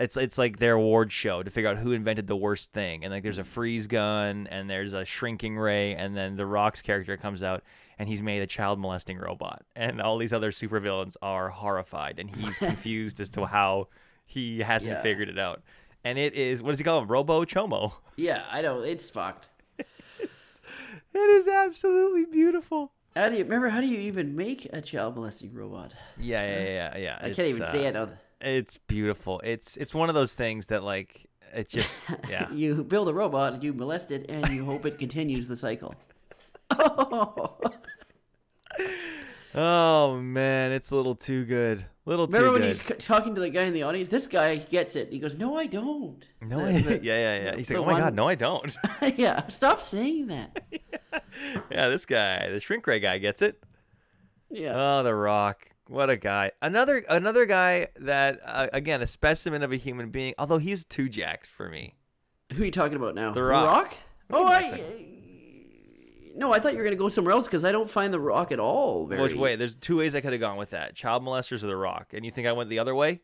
Speaker 1: it's it's like their award show to figure out who invented the worst thing. And like, there's a freeze gun, and there's a shrinking ray, and then The Rock's character comes out, and he's made a child molesting robot, and all these other supervillains are horrified, and
Speaker 2: *laughs*
Speaker 1: he's confused as to how he hasn't
Speaker 2: Yeah.
Speaker 1: figured it out. And it is what does he call him? Robo Chomo. *laughs*
Speaker 2: Yeah, I know. It's fucked.
Speaker 1: It is absolutely beautiful.
Speaker 2: How do you remember? How do you even make a child molesting robot?
Speaker 1: Yeah, yeah, yeah, yeah, yeah.
Speaker 2: I can't even say it. on-
Speaker 1: It's beautiful. It's it's one of those things that like it just yeah.
Speaker 2: You build a robot, you molest it, and you hope it continues the cycle.
Speaker 1: Oh man, it's a little too good. Little
Speaker 2: Remember
Speaker 1: too
Speaker 2: when
Speaker 1: good.
Speaker 2: he's c- talking to the guy in the audience? This guy gets it. He goes, "No, I don't." *laughs*
Speaker 1: *laughs* No,
Speaker 2: The-
Speaker 1: I, yeah,
Speaker 2: the-
Speaker 1: yeah, yeah. He's like,
Speaker 2: the
Speaker 1: oh my god,
Speaker 2: one-
Speaker 1: no, I don't. *laughs*
Speaker 2: yeah. Stop saying that.
Speaker 1: yeah, this guy, the shrink ray guy, gets it.
Speaker 2: Yeah.
Speaker 1: Oh, The Rock, what a guy! Another another guy that uh, again a specimen of a human being. Although he's too jacked for me.
Speaker 2: Who are you talking about now? The
Speaker 1: Rock.
Speaker 2: Oh, I. No, I thought you were going to go somewhere else because I don't find The Rock at all. Very...
Speaker 1: Which way? There's two ways I could have gone with that: child molesters or The Rock. And you think I went the other way?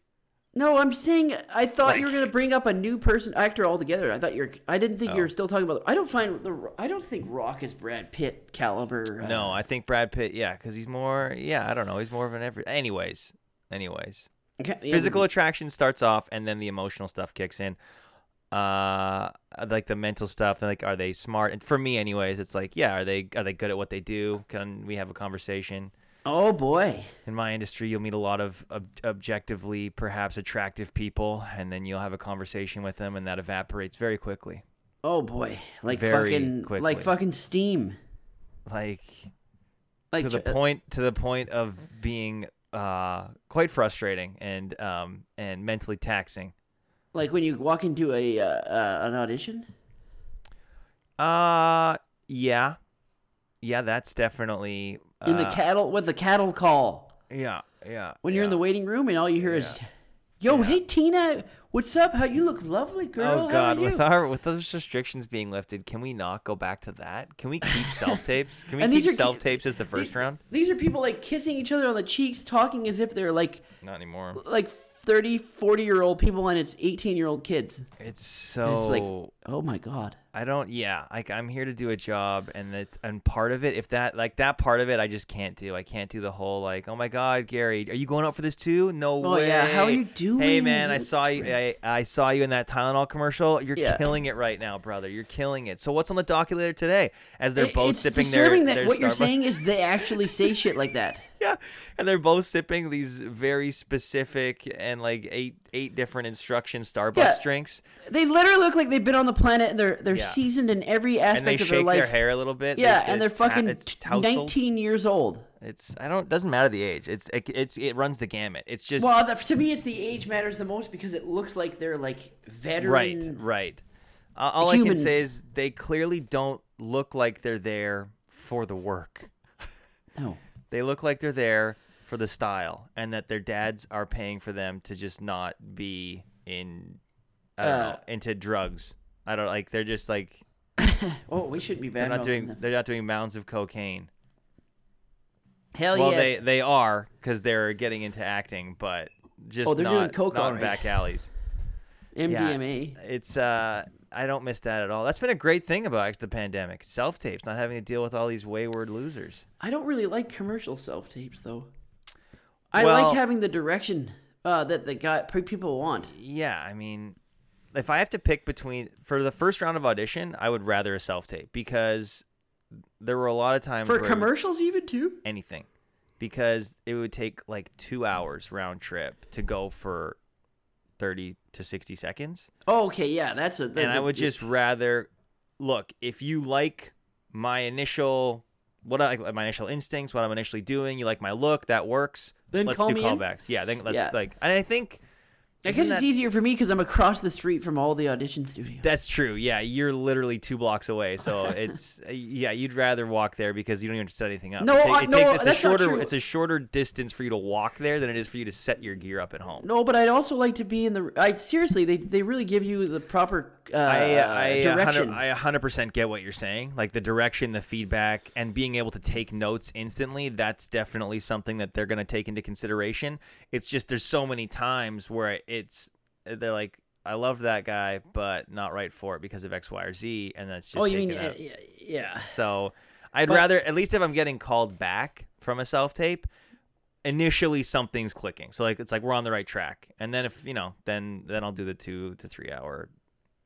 Speaker 2: No, I'm saying I thought you were
Speaker 1: Like-
Speaker 2: going to bring up a new person actor altogether. I thought you're. I didn't think
Speaker 1: Oh.
Speaker 2: you were still talking about. I don't find the. I don't think Rock is Brad Pitt caliber. uh,
Speaker 1: No, I think Brad Pitt. Yeah, because he's more. Yeah, I don't know. He's more of an every. Anyways, anyways.
Speaker 2: ca- yeah,
Speaker 1: physical attraction starts off and then the emotional stuff kicks in uh like the mental stuff and like are they smart and for me anyways it's like yeah are they are they good at what they do can we have a conversation
Speaker 2: Oh boy.
Speaker 1: in my industry you'll meet a lot of ob- objectively perhaps attractive people and then you'll have a conversation with them and that evaporates very quickly
Speaker 2: Oh boy. Like
Speaker 1: Very
Speaker 2: fucking.
Speaker 1: quickly.
Speaker 2: Like fucking steam.
Speaker 1: like
Speaker 2: Like
Speaker 1: to the
Speaker 2: uh,
Speaker 1: point to the point of being uh quite frustrating and um and mentally taxing
Speaker 2: Like when you walk into a uh, uh, an audition.
Speaker 1: Uh yeah. Yeah, that's definitely
Speaker 2: In the
Speaker 1: uh,
Speaker 2: cattle with the cattle call.
Speaker 1: Yeah, yeah.
Speaker 2: When you're in
Speaker 1: yeah.
Speaker 2: the waiting room and all you hear is, "Yo, hey Tina, what's up? How you look lovely, girl?
Speaker 1: Oh
Speaker 2: How are
Speaker 1: god, with
Speaker 2: you?"
Speaker 1: our with those restrictions being lifted, can we not go back to that? Can we keep self tapes? Can we
Speaker 2: *laughs* And these
Speaker 1: keep
Speaker 2: are-
Speaker 1: self tapes as the first
Speaker 2: These-
Speaker 1: round?
Speaker 2: These are people like kissing each other on the cheeks, talking as if they're like
Speaker 1: Not anymore.
Speaker 2: like 30, 40 year old people and it's 18 year old kids.
Speaker 1: It's
Speaker 2: And
Speaker 1: so
Speaker 2: it's like, oh my God.
Speaker 1: I don't yeah, like I'm here to do a job and that and part of it if that like that part of it I just can't do. I can't do the whole like, "Oh my god, Gary, are you going out for this too?" No
Speaker 2: Oh,
Speaker 1: way.
Speaker 2: yeah, how
Speaker 1: Hey
Speaker 2: you doing?
Speaker 1: man, I
Speaker 2: You
Speaker 1: saw you I, I saw you in that Tylenol commercial. You're
Speaker 2: Yeah.
Speaker 1: killing it right now, brother. You're killing it. So what's on the doculator today? As they're
Speaker 2: It-
Speaker 1: both
Speaker 2: it's
Speaker 1: sipping their,
Speaker 2: disturbing that
Speaker 1: their
Speaker 2: what you're
Speaker 1: Starbucks-
Speaker 2: saying is they actually say shit like that.
Speaker 1: *laughs* Yeah. And they're both sipping these very specific and like eight eight different instruction Starbucks
Speaker 2: Yeah.
Speaker 1: drinks.
Speaker 2: They literally look like they've been on the planet and they're they're
Speaker 1: Yeah.
Speaker 2: seasoned in every aspect
Speaker 1: And they
Speaker 2: of their
Speaker 1: shake
Speaker 2: life.
Speaker 1: their hair a little bit.
Speaker 2: Yeah,
Speaker 1: It's-
Speaker 2: and they're
Speaker 1: it's ta-
Speaker 2: fucking
Speaker 1: it's
Speaker 2: t-
Speaker 1: tousled.
Speaker 2: 19 years old.
Speaker 1: It's I don't doesn't matter the age. It's it, it's it runs the gamut. It's just
Speaker 2: Well, the, to me, it's the age matters the most because it looks like they're like veteran.
Speaker 1: right, right. Uh, all I
Speaker 2: humans.
Speaker 1: can say is they clearly don't look like they're there for the work.
Speaker 2: No.
Speaker 1: They look like they're there for the style, and that their dads are paying for them to just not be in I don't know
Speaker 2: Uh,
Speaker 1: into drugs. I don't like they're just like
Speaker 2: Oh, we shouldn't be bad.
Speaker 1: they're not doing they're not doing mounds of cocaine.
Speaker 2: Hell
Speaker 1: well,
Speaker 2: Oh, yes.
Speaker 1: they they are because they're getting into acting, but just
Speaker 2: Oh, they're
Speaker 1: not,
Speaker 2: doing coke,
Speaker 1: not in
Speaker 2: alright.
Speaker 1: back alleys. Yeah.
Speaker 2: MDMA.
Speaker 1: It's uh I don't miss that at all. That's been a great thing about actually the pandemic. Self tapes, not having to deal with all these wayward losers.
Speaker 2: I don't really like commercial self tapes though. I
Speaker 1: Well-
Speaker 2: like having the direction uh, that the guy pe- people want.
Speaker 1: Yeah, I mean if I have to pick between for the first round of audition, I would rather a self tape because there were a lot of times
Speaker 2: For
Speaker 1: where it was
Speaker 2: commercials, even too.
Speaker 1: anything. Because it would take like two hours round trip to go for thirty to sixty seconds.
Speaker 2: Oh, okay, yeah, that's a. the-
Speaker 1: and I
Speaker 2: the-
Speaker 1: would just rather look if you like my initial what I my initial instincts, what I'm initially doing. You like my look, that works.
Speaker 2: Then
Speaker 1: let's
Speaker 2: call
Speaker 1: do
Speaker 2: me in.
Speaker 1: callbacks. Yeah, then let's
Speaker 2: Yeah.
Speaker 1: like, and I think
Speaker 2: I
Speaker 1: isn't
Speaker 2: guess it's
Speaker 1: that-
Speaker 2: easier for me because I'm across the street from all the audition studios.
Speaker 1: that's true. Yeah, you're literally two blocks away,
Speaker 2: *laughs*
Speaker 1: so it's yeah, you'd rather walk there because you don't even set anything up.
Speaker 2: No,
Speaker 1: it, ta-
Speaker 2: I-
Speaker 1: it
Speaker 2: no,
Speaker 1: takes, it's a
Speaker 2: that's not
Speaker 1: shorter
Speaker 2: true.
Speaker 1: it's a shorter distance for you to walk there than it is for you to set your gear up at home.
Speaker 2: No, but I'd also like to be in the. I seriously, they they really give you the proper uh,
Speaker 1: I, I, a hundred-
Speaker 2: direction.
Speaker 1: I a hundred percent get what you're saying. Like the direction, the feedback, and being able to take notes instantly. That's definitely something that they're going to take into consideration. It's just there's so many times where it's they're like, I love that guy, but not right for it because of X, Y, or Z, and that's just
Speaker 2: oh, you
Speaker 1: taken
Speaker 2: mean
Speaker 1: out.
Speaker 2: uh, yeah, yeah?
Speaker 1: So I'd
Speaker 2: But-
Speaker 1: rather, at least if I'm getting called back from a self tape, initially something's clicking. So like it's like we're on the right track. And then if you know, then then I'll do the two to three hour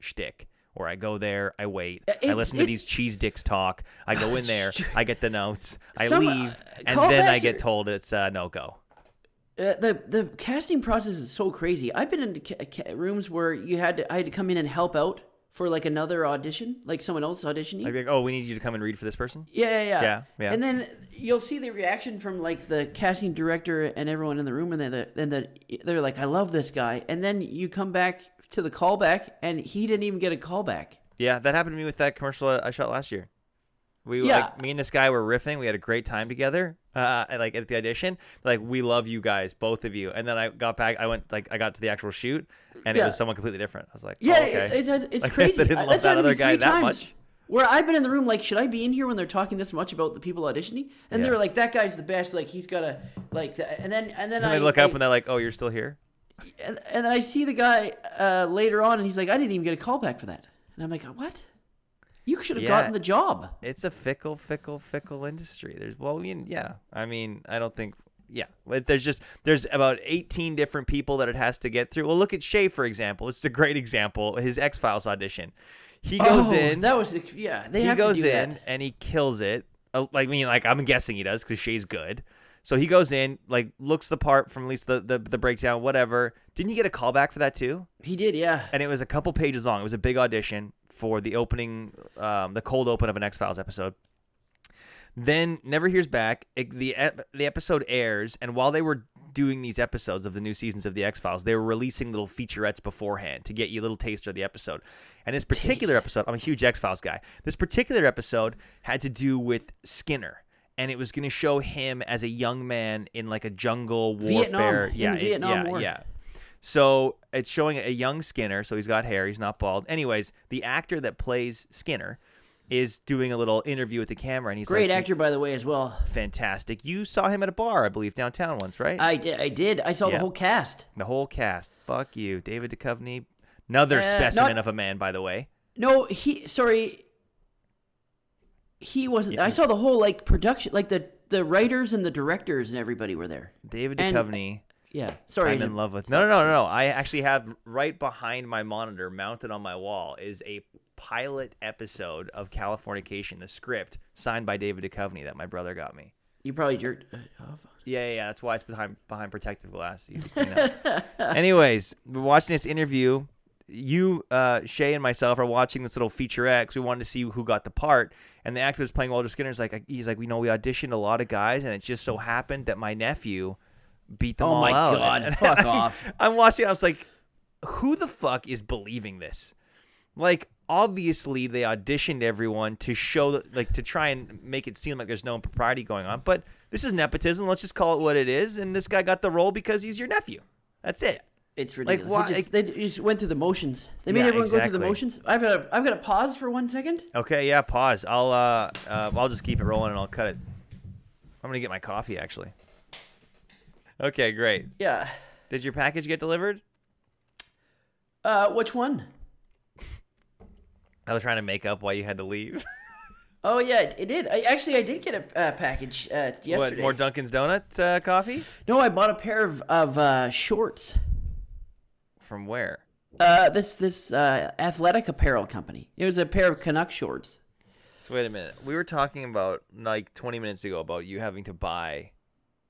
Speaker 1: shtick. Or I go there, I wait, I
Speaker 2: it's-
Speaker 1: listen to
Speaker 2: it- Oh,
Speaker 1: these cheese dicks talk. I go in there, I get the notes, I
Speaker 2: Some, uh,
Speaker 1: leave, and
Speaker 2: callbacks
Speaker 1: then I
Speaker 2: are-
Speaker 1: get told it's uh, no go.
Speaker 2: Uh, the the casting process is so crazy. I've been in ca- ca- rooms where you had to, I had to come in and help out for like another audition, like someone else auditioning.
Speaker 1: Like, like, oh, we need you to come and read for this person.
Speaker 2: Yeah, yeah, yeah.
Speaker 1: Yeah, yeah.
Speaker 2: And then you'll see the reaction from like the casting director and everyone in the room, and they're the, and the, they're like, "I love this guy." And then you come back to the callback, and he didn't even get a callback.
Speaker 1: Yeah, that happened to me with that commercial I I shot last year. We
Speaker 2: Yeah.
Speaker 1: like me and this guy were riffing. We had a great time together. Uh, at, like at the audition, like we love you guys, both of you. And then I got back. I went like I got to the actual shoot, and it
Speaker 2: Yeah.
Speaker 1: was someone completely different. I was like,
Speaker 2: Yeah,
Speaker 1: oh, okay.
Speaker 2: it, it,
Speaker 1: *laughs*
Speaker 2: it's
Speaker 1: I guess
Speaker 2: crazy.
Speaker 1: they didn't love
Speaker 2: That's
Speaker 1: that
Speaker 2: happened to me
Speaker 1: other guy
Speaker 2: three
Speaker 1: that
Speaker 2: times,
Speaker 1: much.
Speaker 2: Where I've been in the room, like, should I be in here when they're talking this much about the people auditioning? And they
Speaker 1: Yeah.
Speaker 2: were like, "That guy's the best. Like, he's got a like." th- And then and then
Speaker 1: and
Speaker 2: I
Speaker 1: they look
Speaker 2: I,
Speaker 1: up and they're like, oh, you're still here.
Speaker 2: and, and then I see the guy uh, later on, and he's like, "I didn't even get a callback for that." And I'm like, "What? You should have
Speaker 1: Yeah.
Speaker 2: gotten the job."
Speaker 1: It's a fickle, fickle, fickle industry. There's well, I mean, yeah. I mean, I don't think. Yeah, but there's just there's about 18 different people that it has to get through. Well, look at Shay for example. It's a great example. His X Files audition. He goes
Speaker 2: oh,
Speaker 1: in.
Speaker 2: That was the- yeah. They
Speaker 1: he
Speaker 2: have
Speaker 1: goes
Speaker 2: to do that.
Speaker 1: in and he kills it. Uh, Like I mean, like I'm guessing he does because Shay's good. So he goes in, like looks the part from at least the, the the breakdown, whatever. Didn't you get a callback for that too?
Speaker 2: He did, yeah.
Speaker 1: And it was a couple pages long. It was a big audition for the opening, um, the cold open of an X Files episode. Then never hears back. It, the ep- the episode airs, and while they were doing these episodes of the new seasons of the X Files, they were releasing little featurettes beforehand to get you a little taster of the episode. And this particular episode, I'm a huge X Files guy. This particular episode had to do with Skinner, and it was going to show him as a young man in like a jungle
Speaker 2: Vietnam,
Speaker 1: warfare.
Speaker 2: in
Speaker 1: yeah,
Speaker 2: the Vietnam
Speaker 1: yeah,
Speaker 2: War.
Speaker 1: yeah. So it's showing a young Skinner. So he's got hair. He's not bald. Anyways, the actor that plays Skinner is doing a little interview with the camera, and he's
Speaker 2: Great
Speaker 1: like,
Speaker 2: actor, by the way, as well.
Speaker 1: fantastic. You saw him at a bar, I believe, downtown once, right?
Speaker 2: I did. I did. I saw
Speaker 1: Yeah.
Speaker 2: the whole cast.
Speaker 1: the whole cast. Fuck you, David Duchovny. Another
Speaker 2: Uh,
Speaker 1: specimen
Speaker 2: not-
Speaker 1: of a man, by the way.
Speaker 2: No, he. Sorry. He wasn't. I saw the whole like production, like the the writers and the directors and everybody were there.
Speaker 1: David
Speaker 2: And-
Speaker 1: Duchovny.
Speaker 2: Yeah. Sorry.
Speaker 1: I'm in love with. No, no, no, no, no. I actually have right behind my monitor, mounted on my wall, is a pilot episode of Californication, the script signed by David Duchovny that my brother got me.
Speaker 2: You probably jerked uh, off.
Speaker 1: Yeah, yeah, yeah. That's why it's behind behind protective glass.
Speaker 2: *laughs*
Speaker 1: You, you know. Anyways, we're watching this interview. You, uh, Shay, and myself are watching this little featurette 'cause we wanted to see who got the part. And the actor that's playing Walter Skinner is like, he's like, we know we auditioned a lot of guys, and it just so happened that my nephew beat them
Speaker 2: Oh
Speaker 1: all
Speaker 2: my
Speaker 1: out.
Speaker 2: God,
Speaker 1: And- *laughs*
Speaker 2: fuck off.
Speaker 1: I'm watching. I was like, who the fuck is believing this? Like, obviously they auditioned everyone to show, that, like, to try and make it seem like there's no impropriety going on. But this is nepotism. Let's just call it what it is. And this guy got the role because he's your nephew. That's it.
Speaker 2: It's ridiculous.
Speaker 1: why-
Speaker 2: they, just, they just went through the motions. They made
Speaker 1: Yeah,
Speaker 2: everyone go through the
Speaker 1: exactly.
Speaker 2: motions. I've got. A, I've got to pause for one second.
Speaker 1: Okay, yeah. Pause. I'll uh, uh I'll just keep it rolling and I'll cut it. I'm gonna get my coffee actually. Okay, great.
Speaker 2: Yeah.
Speaker 1: Did your package get delivered?
Speaker 2: Uh, which one?
Speaker 1: I was trying to make up why you had to leave.
Speaker 2: Oh yeah, it it did. I actually I did get a uh, package uh, yesterday.
Speaker 1: what more Dunkin's Donut uh, coffee?
Speaker 2: No, I bought a pair of, of uh, shorts.
Speaker 1: From where?
Speaker 2: Uh, this this uh, athletic apparel company. It was a pair of Canuck shorts.
Speaker 1: So wait a minute. We were talking about like 20 minutes ago about you having to buy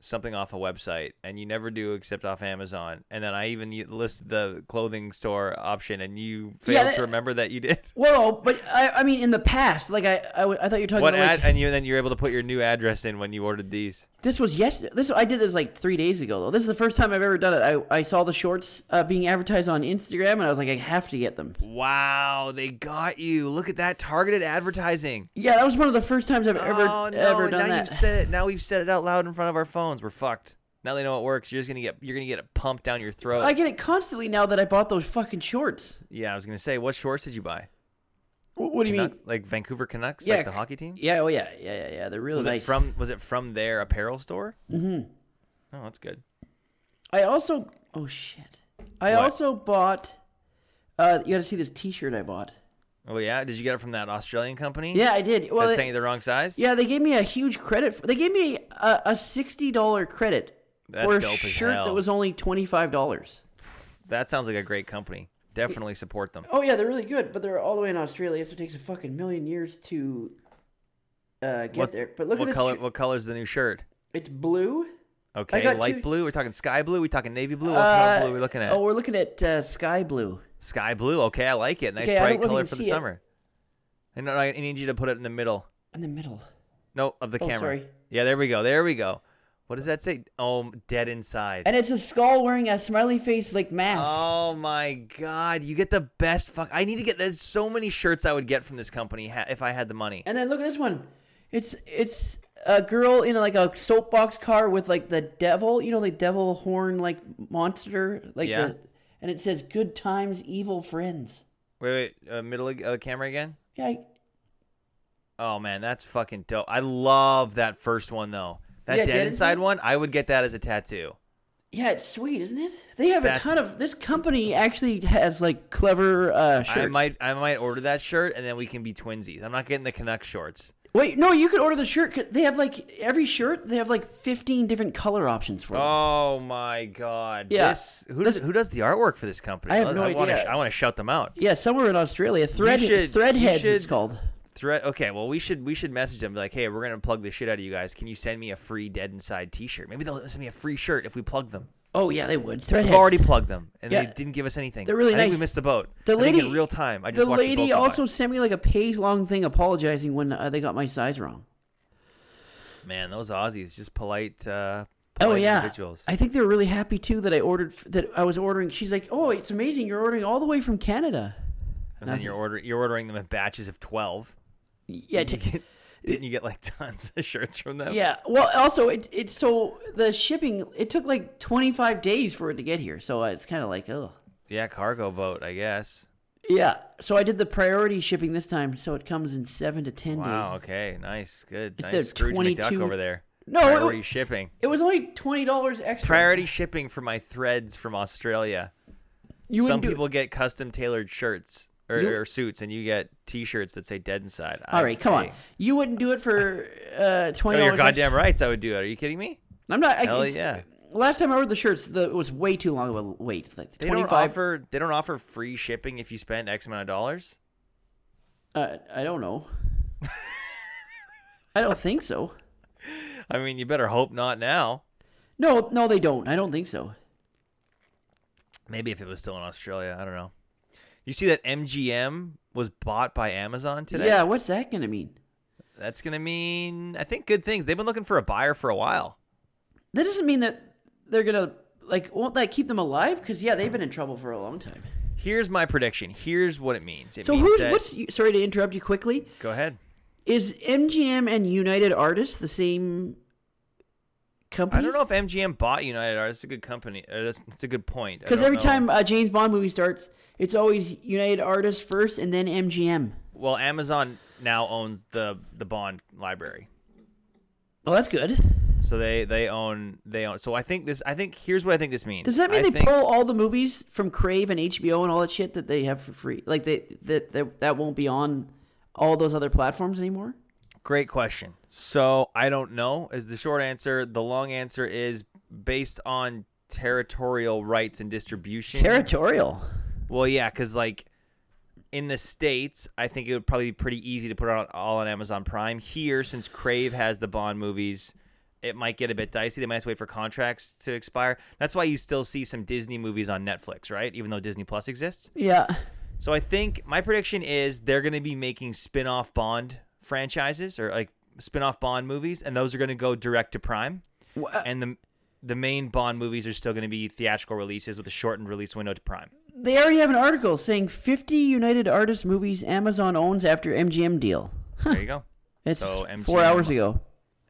Speaker 1: something off a website and you never do except off Amazon. And then I even u- listed the clothing store option and you failed
Speaker 2: Yeah,
Speaker 1: to
Speaker 2: that-
Speaker 1: remember that you
Speaker 2: *laughs*
Speaker 1: did.
Speaker 2: Well, but I, I mean in the past, like I I, w- I thought you were talking
Speaker 1: What
Speaker 2: about
Speaker 1: ad?
Speaker 2: like-
Speaker 1: And you then you're able to put your new address in when you ordered these.
Speaker 2: this was yesterday. This I did this like three days ago though. This is the first time I've ever done it. I, I saw the shorts uh, being advertised on Instagram and I was like I have to get them.
Speaker 1: Wow, they got you. Look at that targeted advertising.
Speaker 2: Yeah, that was one of the first times I've ever
Speaker 1: oh no!
Speaker 2: ever
Speaker 1: and
Speaker 2: done
Speaker 1: now
Speaker 2: that.
Speaker 1: you've said it. Now we've said it out loud in front of our phones. We're fucked. Now they know it works. You're just gonna get you're gonna get it pumped down your throat.
Speaker 2: I get it constantly now that I bought those fucking shorts.
Speaker 1: yeah, I was gonna say, what shorts did you buy?
Speaker 2: Wh- What do you mean?
Speaker 1: Canucks? Like Vancouver Canucks,
Speaker 2: Yeah,
Speaker 1: like the
Speaker 2: c-
Speaker 1: hockey team.
Speaker 2: Yeah, oh yeah, yeah, yeah, yeah. They're really
Speaker 1: Was
Speaker 2: nice.
Speaker 1: it from Was it from their apparel store? Mm-hmm. Oh, that's good.
Speaker 2: I also oh shit. I
Speaker 1: What?
Speaker 2: also bought. Uh, you got to see this T-shirt I bought.
Speaker 1: Oh yeah, did you get it from that Australian company?
Speaker 2: Yeah, I did. Well,
Speaker 1: that's
Speaker 2: it-
Speaker 1: saying the wrong size.
Speaker 2: yeah, they gave me a huge credit. For, they gave me a, a sixty dollar credit
Speaker 1: That's
Speaker 2: for a
Speaker 1: dope as
Speaker 2: shirt
Speaker 1: hell.
Speaker 2: that was only twenty five dollars.
Speaker 1: That sounds like a great company. Definitely support them.
Speaker 2: Oh yeah, they're really good, but they're all the way in Australia, so it takes a fucking million years to uh, get
Speaker 1: What's-
Speaker 2: there. But look
Speaker 1: what
Speaker 2: at this.
Speaker 1: color?
Speaker 2: shi-
Speaker 1: What color's the new shirt?
Speaker 2: It's blue.
Speaker 1: Okay,
Speaker 2: got
Speaker 1: light
Speaker 2: two-
Speaker 1: blue. We're talking sky blue. We talking navy blue. What
Speaker 2: Uh,
Speaker 1: kind of blue are we looking at?
Speaker 2: Oh, we're looking at uh, sky blue.
Speaker 1: Sky blue. Okay, I like it. Nice
Speaker 2: Okay, I don't
Speaker 1: bright
Speaker 2: know if you
Speaker 1: color
Speaker 2: can
Speaker 1: for the
Speaker 2: see it.
Speaker 1: summer. And I I need you to put it in the middle.
Speaker 2: In the middle.
Speaker 1: No, of the
Speaker 2: Oh,
Speaker 1: camera.
Speaker 2: sorry.
Speaker 1: Yeah, there we go. There we go. What does that say? Oh, dead inside.
Speaker 2: And it's a skull wearing a smiley face like mask.
Speaker 1: Oh my god, you get the best fuck. I need to get there's so many shirts I would get from this company ha- if I had the money.
Speaker 2: and then look at this one. It's it's a girl in like a soapbox car with like the devil, you know, the devil horn like monster, like
Speaker 1: Yeah.
Speaker 2: the, and it says "Good times, evil friends."
Speaker 1: Wait, wait, uh, middle of uh, camera again?
Speaker 2: Yeah, I-
Speaker 1: Oh man, that's fucking dope. I love that first one though. That
Speaker 2: Yeah,
Speaker 1: dead,
Speaker 2: Dead
Speaker 1: inside
Speaker 2: Inside?
Speaker 1: one, I would get that as a tattoo.
Speaker 2: yeah, it's sweet, isn't it? They have
Speaker 1: That's-
Speaker 2: a ton of. This company actually has like clever uh, shirts.
Speaker 1: I might I might order that shirt and then we can be twinsies. I'm not getting the Canuck shorts.
Speaker 2: Wait, no, you could order the shirt. 'cause They have like every shirt. They have like fifteen different color options for. them.
Speaker 1: Oh my god.
Speaker 2: Yeah.
Speaker 1: This who does
Speaker 2: This-
Speaker 1: who does the artwork for this company?
Speaker 2: I have no
Speaker 1: Wanna,
Speaker 2: idea.
Speaker 1: I want to shout them out.
Speaker 2: Yeah, somewhere in Australia, thread
Speaker 1: should- you
Speaker 2: threadheads it's
Speaker 1: should-
Speaker 2: called.
Speaker 1: Threat. Okay, well we should we should message them be like, hey, we're gonna plug the shit out of you guys. Can you send me a free Dead Inside T-shirt? Maybe they'll send me a free shirt if we plug them.
Speaker 2: Oh yeah, they would
Speaker 1: We've
Speaker 2: threadheads.
Speaker 1: already plugged them, and they
Speaker 2: Yeah.
Speaker 1: didn't give us anything.
Speaker 2: They're really
Speaker 1: I think
Speaker 2: nice.
Speaker 1: we missed the boat.
Speaker 2: The
Speaker 1: I think
Speaker 2: lady-
Speaker 1: in real time. I just
Speaker 2: the
Speaker 1: watched the boat
Speaker 2: lady
Speaker 1: go by.
Speaker 2: also sent me like a page long thing apologizing when uh, they got my size wrong.
Speaker 1: Man, those Aussies just polite. Uh, polite
Speaker 2: Oh yeah,
Speaker 1: individuals.
Speaker 2: I think they were really happy too that I ordered f- that I was ordering. She's like, "Oh, it's amazing! You're ordering all the way from Canada."
Speaker 1: and then you're ordering you're ordering them in batches of twelve.
Speaker 2: Yeah, t-
Speaker 1: *laughs* Didn't you get like *laughs* tons of shirts from them?
Speaker 2: yeah. Well, also it it's so the shipping it took like 25 days for it to get here, so it's kind of like oh.
Speaker 1: Yeah, cargo boat, I guess.
Speaker 2: Yeah, so I did the priority shipping this time, so it comes in seven to ten
Speaker 1: Wow.
Speaker 2: days.
Speaker 1: Okay. Nice. Good.
Speaker 2: Instead
Speaker 1: nice.
Speaker 2: of
Speaker 1: Scrooge McDuck
Speaker 2: 22
Speaker 1: over there.
Speaker 2: No, it-
Speaker 1: Priority shipping.
Speaker 2: It was only twenty dollars extra.
Speaker 1: Priority shipping for my threads from Australia.
Speaker 2: You
Speaker 1: Some
Speaker 2: wouldn't do.
Speaker 1: people get custom tailored shirts or,
Speaker 2: You-
Speaker 1: or suits, and you get T-shirts that say "Dead Inside."
Speaker 2: All right, come on. You wouldn't do it for
Speaker 1: *laughs*
Speaker 2: uh, twenty
Speaker 1: No,
Speaker 2: dollars.
Speaker 1: Oh, you're goddamn right. I would do it. Are you kidding me?
Speaker 2: I'm not. I,
Speaker 1: Hell
Speaker 2: it's-
Speaker 1: yeah.
Speaker 2: Last time I ordered the shirts, the, it was way too long of a wait. Like
Speaker 1: They
Speaker 2: twenty
Speaker 1: don't
Speaker 2: five.
Speaker 1: offer. They don't offer free shipping if you spend X amount of dollars.
Speaker 2: Uh, I don't know. I don't think so.
Speaker 1: I mean, you better hope not now.
Speaker 2: No, no, they don't. I don't think so.
Speaker 1: Maybe if it was still in Australia, I don't know. You see that MGM was bought by Amazon today.
Speaker 2: Yeah, what's that gonna mean?
Speaker 1: that's gonna mean I think good things. They've been looking for a buyer for a while.
Speaker 2: That doesn't mean that they're gonna like. Won't that keep them alive? Because yeah, they've been in trouble for a long time.
Speaker 1: Here's my prediction. Here's what it means. It
Speaker 2: So
Speaker 1: means
Speaker 2: who's
Speaker 1: that,
Speaker 2: what's? you- Sorry to interrupt you quickly.
Speaker 1: Go ahead.
Speaker 2: Is MGM and United Artists the same company?
Speaker 1: I don't know if MGM bought United Artists. It's a good company. Or that's, that's a good point. I
Speaker 2: Because
Speaker 1: don't
Speaker 2: every
Speaker 1: know.
Speaker 2: time a James Bond movie starts, it's always United Artists first and then MGM.
Speaker 1: well, Amazon now owns the the Bond library,
Speaker 2: Well, Oh, that's good.
Speaker 1: so they they own they own. So I think this. I think here's what I think this means.
Speaker 2: Does that mean
Speaker 1: I
Speaker 2: they
Speaker 1: think,
Speaker 2: pull all the movies from Crave and HBO and all that shit that they have for free? Like they that that, that won't be on all those other platforms anymore?
Speaker 1: Great question. So I don't know is the short answer. The long answer is based on territorial rights and distribution.
Speaker 2: Territorial.
Speaker 1: Well, yeah, because like in the states, I think it would probably be pretty easy to put it on all on Amazon Prime. Here, since Crave has the Bond movies, it might get a bit dicey. They might have to wait for contracts to expire. That's why you still see some Disney movies on Netflix, right? Even though Disney Plus exists.
Speaker 2: Yeah.
Speaker 1: So I think my prediction is they're going to be making spin-off Bond franchises or like spin-off Bond movies, and those are going to go direct to Prime. And the the main Bond movies are still going to be theatrical releases with a shortened release window to Prime.
Speaker 2: They already have an article saying 50 United Artists movies Amazon owns after MGM deal.
Speaker 1: There you go.
Speaker 2: It's
Speaker 1: So
Speaker 2: four
Speaker 1: MGM
Speaker 2: hours ago.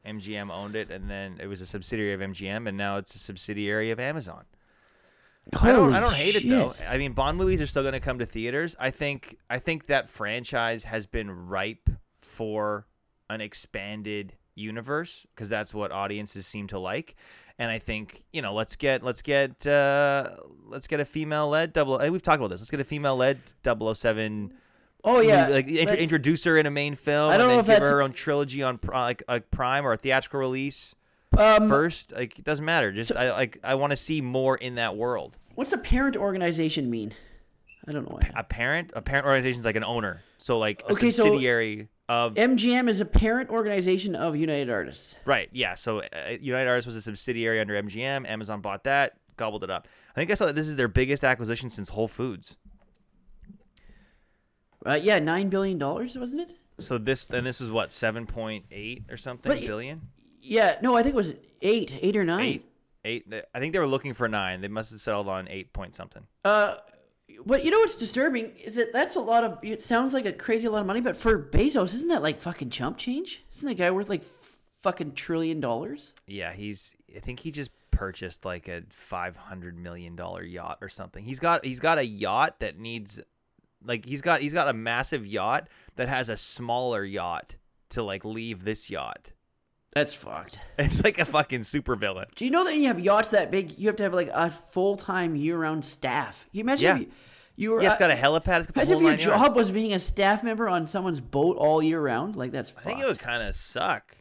Speaker 1: MGM owned it, and then it was a subsidiary of MGM, and now it's a subsidiary of Amazon. I don't, I
Speaker 2: Holy
Speaker 1: don't hate it though.
Speaker 2: shit.
Speaker 1: I mean, Bond movies are still going to come to theaters. I think I think that franchise has been ripe for an expanded universe because that's what audiences seem to like. And I think you know, let's get let's get oh uh, let's get a female led double. and We've talked about this. Let's get a female led 007
Speaker 2: Oh yeah,
Speaker 1: like int-
Speaker 2: that's-
Speaker 1: introduce her in a main film.
Speaker 2: I don't
Speaker 1: and then
Speaker 2: know
Speaker 1: give
Speaker 2: if that's-
Speaker 1: her her own trilogy on pri- like a prime or a theatrical release
Speaker 2: um,
Speaker 1: first. Like it doesn't matter. Just I like I want to see more in that world.
Speaker 2: What's a parent organization mean? I don't know. Why.
Speaker 1: A parent, a parent organization is like an owner, so like a
Speaker 2: Okay, so-
Speaker 1: subsidiary of
Speaker 2: MGM is a parent organization of United Artists.
Speaker 1: right. Yeah, so uh, United Artists was a subsidiary under MGM. Amazon bought that, gobbled it up. I think I saw that this is their biggest acquisition since Whole Foods.
Speaker 2: Uh, yeah, nine billion dollars, wasn't it?
Speaker 1: So this and this is what seven point eight or something
Speaker 2: But-
Speaker 1: billion.
Speaker 2: Yeah, no, I think it was eight, eight or nine.
Speaker 1: eight, eight. I think they were looking for nine. They must have settled on eight point something.
Speaker 2: But you know what's disturbing is that that's a lot of. It sounds like a crazy lot of money, but for Bezos, isn't that like fucking chump change? Isn't that guy worth like f- fucking trillion dollars?
Speaker 1: Yeah, he's. I think he just purchased like a five hundred million dollar yacht or something. He's got. He's got a yacht that needs, like he's got. He's got a massive yacht that has a smaller yacht to like leave this yacht. *laughs*
Speaker 2: That's fucked.
Speaker 1: It's like a fucking supervillain.
Speaker 2: Do you know that when you have yachts that big, you have to have like a full time year round staff? You imagine
Speaker 1: Yeah.
Speaker 2: if you, you were.
Speaker 1: Yeah, it's
Speaker 2: uh,
Speaker 1: got a helipad. It's got the whole
Speaker 2: Imagine if your
Speaker 1: nine
Speaker 2: job
Speaker 1: yards.
Speaker 2: was being a staff member on someone's boat all year round. Like that's
Speaker 1: I
Speaker 2: fucked.
Speaker 1: think it would kind of suck.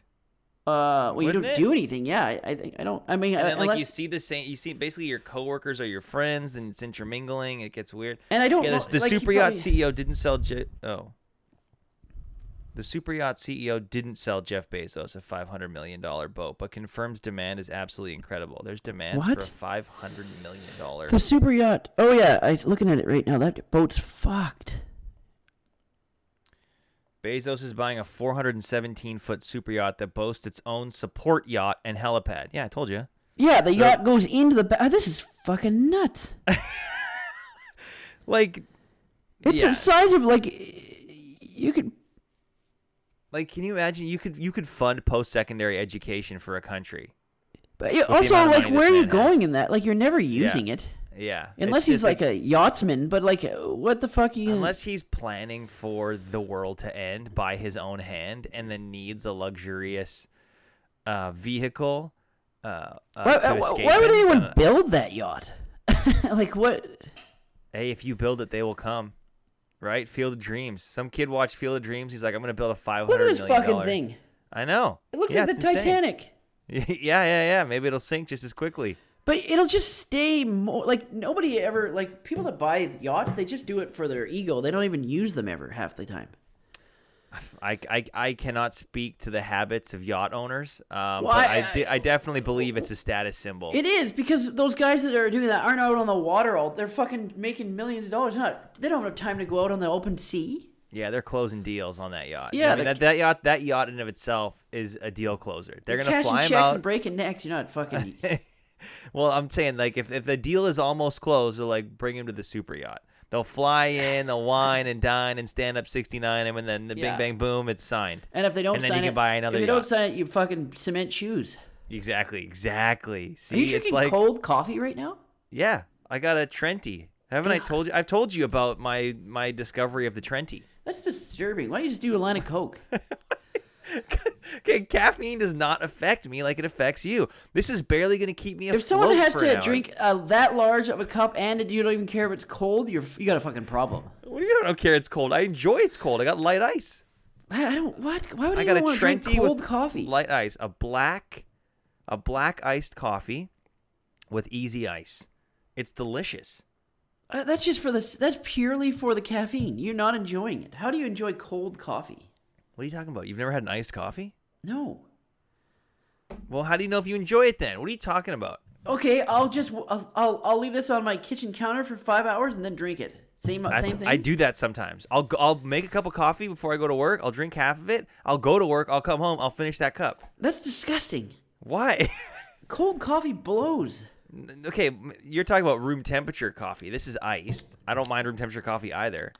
Speaker 2: uh, well, you
Speaker 1: wouldn't
Speaker 2: don't
Speaker 1: it?
Speaker 2: do anything. Yeah, I, I think I don't. I mean,
Speaker 1: And
Speaker 2: I-
Speaker 1: then, like
Speaker 2: unless,
Speaker 1: you see the same, you see basically your coworkers are your friends, and it's intermingling. It gets weird.
Speaker 2: And *laughs* I don't
Speaker 1: Yeah,
Speaker 2: know-
Speaker 1: this, the
Speaker 2: like, he
Speaker 1: super yacht
Speaker 2: probably-
Speaker 1: CEO didn't sell. Je- oh, the super yacht CEO didn't sell Jeff Bezos a five hundred million dollar boat, but confirms demand is absolutely incredible. There's demand
Speaker 2: What?
Speaker 1: for a five hundred million dollar.
Speaker 2: the super yacht. Oh yeah, I'm looking at it right now. That boat's fucked.
Speaker 1: Bezos is buying a four hundred and seventeen foot super yacht that boasts its own support yacht and helipad. Yeah, I told you.
Speaker 2: Yeah, the yacht goes into the back. this is fucking nuts.
Speaker 1: Like,
Speaker 2: It's
Speaker 1: Yeah.
Speaker 2: the size of like you could.
Speaker 1: like, can you imagine? You could you could fund post secondary education for a country.
Speaker 2: But yeah,
Speaker 1: the
Speaker 2: also,
Speaker 1: amount of
Speaker 2: like,
Speaker 1: money
Speaker 2: where are
Speaker 1: this
Speaker 2: you
Speaker 1: man
Speaker 2: going
Speaker 1: has.
Speaker 2: in that? Like, you're never using it
Speaker 1: Yeah, it's
Speaker 2: unless he's
Speaker 1: just
Speaker 2: like, a yachtsman. But like, what the fuck? Are you
Speaker 1: Unless he's planning for the world to end by his own hand and then needs a luxurious uh, vehicle uh, uh,
Speaker 2: why,
Speaker 1: to
Speaker 2: why-
Speaker 1: escape.
Speaker 2: why would
Speaker 1: in.
Speaker 2: anyone
Speaker 1: Uh,
Speaker 2: build that yacht? *laughs* like, what?
Speaker 1: hey, if you build it, they will come. Right? Field of Dreams. Some kid watched Field of Dreams. He's like, I'm going to build a $500
Speaker 2: Look at this
Speaker 1: million
Speaker 2: fucking
Speaker 1: dollar-
Speaker 2: thing.
Speaker 1: I know.
Speaker 2: It looks
Speaker 1: Yeah,
Speaker 2: like the
Speaker 1: it's insane.
Speaker 2: Titanic.
Speaker 1: *laughs* yeah, yeah, yeah. Maybe it'll sink just as quickly.
Speaker 2: But it'll just stay more like nobody ever like people that buy yachts. They just do it for their ego. They don't even use them ever half the time.
Speaker 1: I, I, I cannot speak to the habits of yacht owners, um,
Speaker 2: Well,
Speaker 1: but
Speaker 2: I-
Speaker 1: I, de- I definitely believe it's a status symbol.
Speaker 2: It is because those guys that are doing that aren't out on the water all. They're fucking making millions of dollars. They're Not they don't have time to go out on the open sea.
Speaker 1: Yeah, they're closing deals on that yacht.
Speaker 2: Yeah,
Speaker 1: I mean,
Speaker 2: they're-
Speaker 1: that, that yacht, that yacht in and of itself is a deal closer. They're gonna
Speaker 2: cashing
Speaker 1: fly
Speaker 2: checks
Speaker 1: him out.
Speaker 2: and breaking necks. You're not
Speaker 1: *laughs*
Speaker 2: fucking.
Speaker 1: well, I'm saying like if, if the deal is almost closed, they'll like bring him to the super yacht. They'll fly in, they'll wine and dine and stand up 69 him, and then the
Speaker 2: Yeah.
Speaker 1: bing bang boom, it's signed.
Speaker 2: and if they don't
Speaker 1: And then
Speaker 2: sign
Speaker 1: you can
Speaker 2: it,
Speaker 1: buy another
Speaker 2: if you don't
Speaker 1: yacht.
Speaker 2: sign it, you fucking cement shoes.
Speaker 1: Exactly, exactly. See,
Speaker 2: Are you
Speaker 1: it's
Speaker 2: drinking
Speaker 1: like
Speaker 2: cold coffee right now?
Speaker 1: yeah, I got a Trenti. Haven't I told you? I've told you about my my discovery of the Trenti.
Speaker 2: That's disturbing. Why don't you just do a line of coke?
Speaker 1: okay, caffeine does not affect me like it affects you. This is barely going to keep me afloat
Speaker 2: if someone has
Speaker 1: for an
Speaker 2: to
Speaker 1: hour.
Speaker 2: drink uh, that large of a cup and you don't even care if it's cold, you're you got a fucking problem.
Speaker 1: What do you mean I don't care? It's cold. I enjoy it's cold. I got light ice.
Speaker 2: I, I don't. What? Why would
Speaker 1: I got
Speaker 2: anyone
Speaker 1: a
Speaker 2: want to drink
Speaker 1: Trenti
Speaker 2: cold
Speaker 1: with
Speaker 2: coffee?
Speaker 1: light ice, a black, a black iced coffee with easy ice. It's delicious.
Speaker 2: Uh, that's just for this. That's purely for the caffeine. You're not enjoying it. How do you enjoy cold coffee?
Speaker 1: What are you talking about? You've never had an iced coffee?
Speaker 2: No.
Speaker 1: Well, how do you know if you enjoy it then? What are you talking about?
Speaker 2: Okay, I'll just I'll I'll, I'll leave this on my kitchen counter for five hours and then drink it. Same uh,
Speaker 1: That's-
Speaker 2: same thing.
Speaker 1: I do that sometimes. I'll go, I'll make a cup of coffee before I go to work. I'll drink half of it. I'll go to work. I'll come home. I'll finish that cup.
Speaker 2: That's disgusting.
Speaker 1: Why? *laughs*
Speaker 2: Cold coffee blows.
Speaker 1: okay, m- you're talking about room temperature coffee. This is iced. I don't mind room temperature coffee either.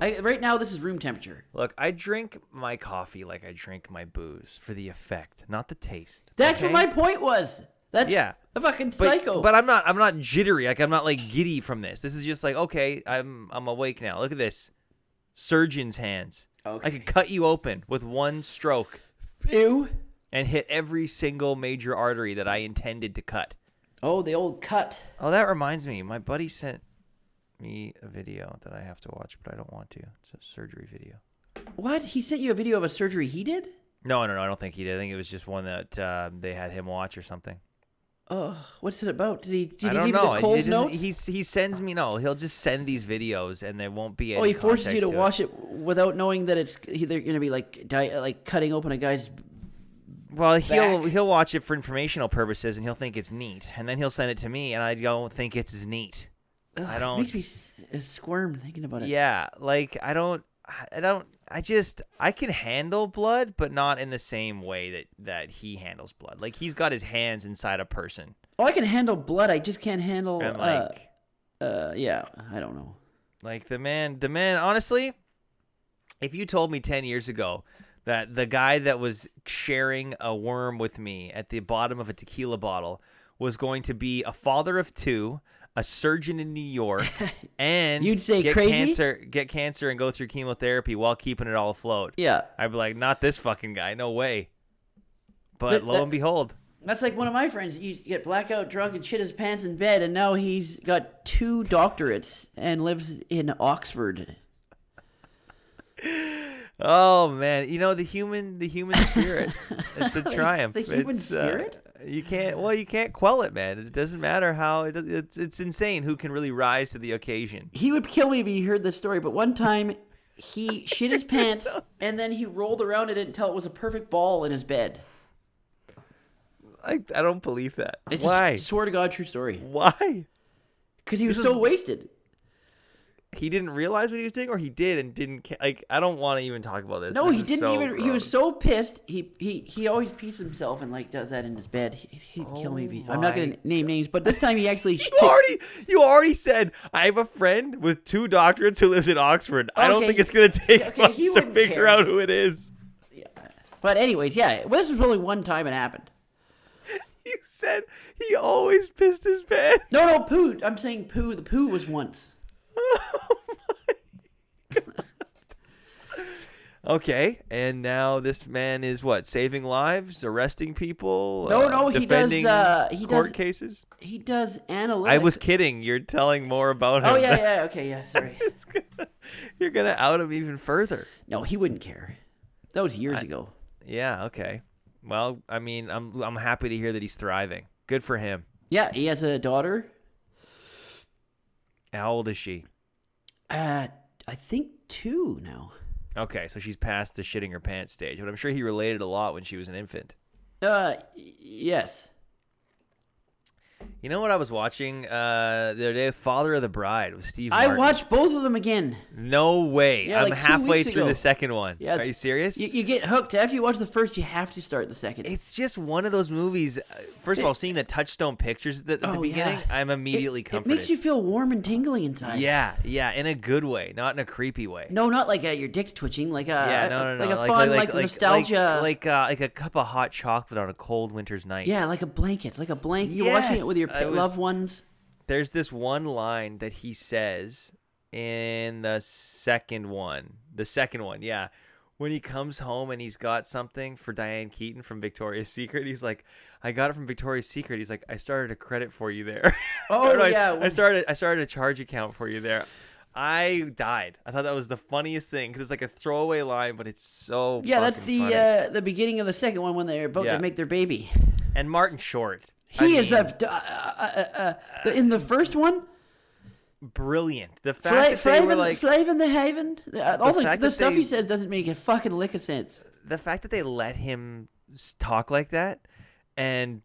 Speaker 2: I, right now, this is room temperature.
Speaker 1: Look, I drink my coffee like I drink my booze for the effect, not the taste.
Speaker 2: That's
Speaker 1: okay?
Speaker 2: what my point was. That's
Speaker 1: Yeah.
Speaker 2: a fucking
Speaker 1: but,
Speaker 2: psycho.
Speaker 1: But I'm not. I'm not jittery. Like I'm not like giddy from this. This is just like okay. I'm I'm awake now. Look at this, surgeon's hands. I
Speaker 2: Okay.
Speaker 1: could cut you open with one stroke
Speaker 2: ew.
Speaker 1: and hit every single major artery that I intended to cut.
Speaker 2: Oh, the old cut.
Speaker 1: Oh, that reminds me. My buddy sent me a video that I have to watch, but I don't want to. It's a surgery video.
Speaker 2: What? He sent you a video of a surgery he did?
Speaker 1: No, no, no. I don't think he did. I think it was just one that uh, they had him watch or something.
Speaker 2: Oh, what's it about? Did he? Did
Speaker 1: I
Speaker 2: he
Speaker 1: don't
Speaker 2: give
Speaker 1: know.
Speaker 2: you the
Speaker 1: It
Speaker 2: Coles
Speaker 1: doesn't-
Speaker 2: notes?
Speaker 1: he he sends me no. He'll just send these videos, and there won't be. Any
Speaker 2: oh, he forces you
Speaker 1: context
Speaker 2: to
Speaker 1: it.
Speaker 2: watch it without knowing that it's they're going to be like di- like cutting open a guy's.
Speaker 1: Well, he'll
Speaker 2: back.
Speaker 1: he'll watch it for informational purposes, and he'll think it's neat, and then he'll send it to me, and I don't think it's as neat.
Speaker 2: Ugh,
Speaker 1: I
Speaker 2: it
Speaker 1: don't.
Speaker 2: makes me s- uh, squirm thinking about it.
Speaker 1: Yeah, like I don't, I don't, I just I can handle blood, but not in the same way that that he handles blood. Like he's got his hands inside a person,
Speaker 2: Oh, I can handle blood. I just can't handle.
Speaker 1: and like,
Speaker 2: Oh, uh, uh, yeah, I don't know.
Speaker 1: like the man, the man. Honestly, if you told me ten years ago that the guy that was sharing a worm with me at the bottom of a tequila bottle was going to be a father of two. A surgeon in New
Speaker 2: *laughs*
Speaker 1: York, and
Speaker 2: You'd say
Speaker 1: get
Speaker 2: crazy?
Speaker 1: cancer, get cancer, and go through chemotherapy while keeping it all afloat.
Speaker 2: Yeah,
Speaker 1: I'd be like, not this fucking guy, no way. But
Speaker 2: But
Speaker 1: lo
Speaker 2: that-
Speaker 1: and behold,
Speaker 2: that's like one of my friends. He used to get blackout drunk and shit his pants in bed, and now he's got two doctorates and lives in Oxford.
Speaker 1: oh man, you know the human, the human
Speaker 2: *laughs*
Speaker 1: spirit. it's a triumph.
Speaker 2: The human
Speaker 1: It's, uh,
Speaker 2: spirit?
Speaker 1: you can't. Well, you can't quell it, man. It doesn't matter how. It, does- it's it's insane who can really rise to the occasion.
Speaker 2: He would kill me if he heard this story, but one time he shit *laughs* his pants and then he rolled around in it until it was a perfect ball in his bed.
Speaker 1: I I don't believe that.
Speaker 2: It's a
Speaker 1: Why?
Speaker 2: s- swear to God, true story.
Speaker 1: Why?
Speaker 2: Because he was
Speaker 1: This
Speaker 2: so
Speaker 1: is-
Speaker 2: wasted.
Speaker 1: He didn't realize what he was doing, or he did and didn't. ca- Like I don't want to even talk about this.
Speaker 2: No,
Speaker 1: This
Speaker 2: he
Speaker 1: is
Speaker 2: didn't
Speaker 1: so
Speaker 2: even. He was
Speaker 1: gross.
Speaker 2: so pissed. He he he always pees himself and like does that in his bed. He, he'd kill me. If he, I'm not
Speaker 1: Oh my
Speaker 2: gonna name names, but this time he actually.
Speaker 1: *laughs* You already, you already said I have a friend with two doctorates who lives in Oxford. I don't
Speaker 2: Okay,
Speaker 1: think it's gonna take
Speaker 2: okay,
Speaker 1: much
Speaker 2: he
Speaker 1: to
Speaker 2: wouldn't
Speaker 1: figure
Speaker 2: care.
Speaker 1: out who it is.
Speaker 2: But anyways, yeah. Well, this was only one time it happened.
Speaker 1: You said he always pissed his pants.
Speaker 2: No, no, poo. I'm saying poo. The poo was once.
Speaker 1: Okay, and now this man is what saving lives, arresting people.
Speaker 2: No,
Speaker 1: uh,
Speaker 2: no, he does,
Speaker 1: defending
Speaker 2: uh, he
Speaker 1: court
Speaker 2: does-
Speaker 1: cases.
Speaker 2: He does analytics.
Speaker 1: I was kidding. You're telling more about him.
Speaker 2: Oh yeah, yeah. Okay, yeah. Sorry.
Speaker 1: *laughs* It's gonna- you're gonna out him even further.
Speaker 2: No, he wouldn't care. That was years ago.
Speaker 1: Yeah. Okay. Well, I mean, I'm I'm happy to hear that he's thriving. Good for him.
Speaker 2: Yeah, he has a daughter.
Speaker 1: How old is she?
Speaker 2: Uh, I think two now.
Speaker 1: Okay, so she's past the shitting her pants stage, but I'm sure he related a lot when she was an infant.
Speaker 2: Uh, y- yes.
Speaker 1: You know what I was watching uh, the other day? Father of the Bride with Steve.
Speaker 2: I
Speaker 1: Martin.
Speaker 2: watched both of them again.
Speaker 1: No way.
Speaker 2: Yeah,
Speaker 1: I'm
Speaker 2: like two
Speaker 1: halfway
Speaker 2: weeks
Speaker 1: through
Speaker 2: ago.
Speaker 1: the second one.
Speaker 2: Yeah,
Speaker 1: Are
Speaker 2: it's-
Speaker 1: you serious?
Speaker 2: You, you get hooked after you watch the first. You have to start the second.
Speaker 1: it's just one of those movies. uh, First of all, seeing the Touchstone pictures at the, at the
Speaker 2: Oh,
Speaker 1: beginning,
Speaker 2: yeah.
Speaker 1: I'm immediately
Speaker 2: it, it
Speaker 1: comforted.
Speaker 2: makes you feel warm and tingling inside.
Speaker 1: yeah, yeah, in a good way, not in a creepy way.
Speaker 2: No, not like uh, your dick's twitching. Like a
Speaker 1: yeah, no, no, no.
Speaker 2: like a fun like, nostalgia.
Speaker 1: like like, uh, like a cup of hot chocolate on a cold winter's night.
Speaker 2: yeah, like a blanket, like a blanket. You're watching
Speaker 1: Yes,
Speaker 2: it with your
Speaker 1: I was-
Speaker 2: loved ones.
Speaker 1: there's this one line that he says in the second one. The second one, yeah. When he comes home and he's got something for Diane Keaton from Victoria's Secret, he's like, "I got it from Victoria's Secret." He's like, "I started a credit for you there." *laughs*
Speaker 2: Oh,
Speaker 1: Or, like,
Speaker 2: yeah,
Speaker 1: I
Speaker 2: when-
Speaker 1: started. I started a charge account for you there. I died. I thought that was the funniest thing because it's like a throwaway line, but it's so
Speaker 2: Yeah, that's
Speaker 1: fucking
Speaker 2: the
Speaker 1: funny.
Speaker 2: uh, the beginning of the second one when they're about
Speaker 1: Yeah.
Speaker 2: to make their baby.
Speaker 1: and Martin Short.
Speaker 2: He
Speaker 1: I
Speaker 2: is
Speaker 1: mean,
Speaker 2: the, uh, uh, uh, uh, the in the first one.
Speaker 1: brilliant. The fact
Speaker 2: Fla-
Speaker 1: that they were
Speaker 2: Flavin,
Speaker 1: like
Speaker 2: Flavin the Haven. Uh, All the,
Speaker 1: fact
Speaker 2: the
Speaker 1: that
Speaker 2: stuff
Speaker 1: they-
Speaker 2: he says doesn't make a fucking lick of sense.
Speaker 1: the fact that they let him s- talk like that
Speaker 2: *laughs*
Speaker 1: and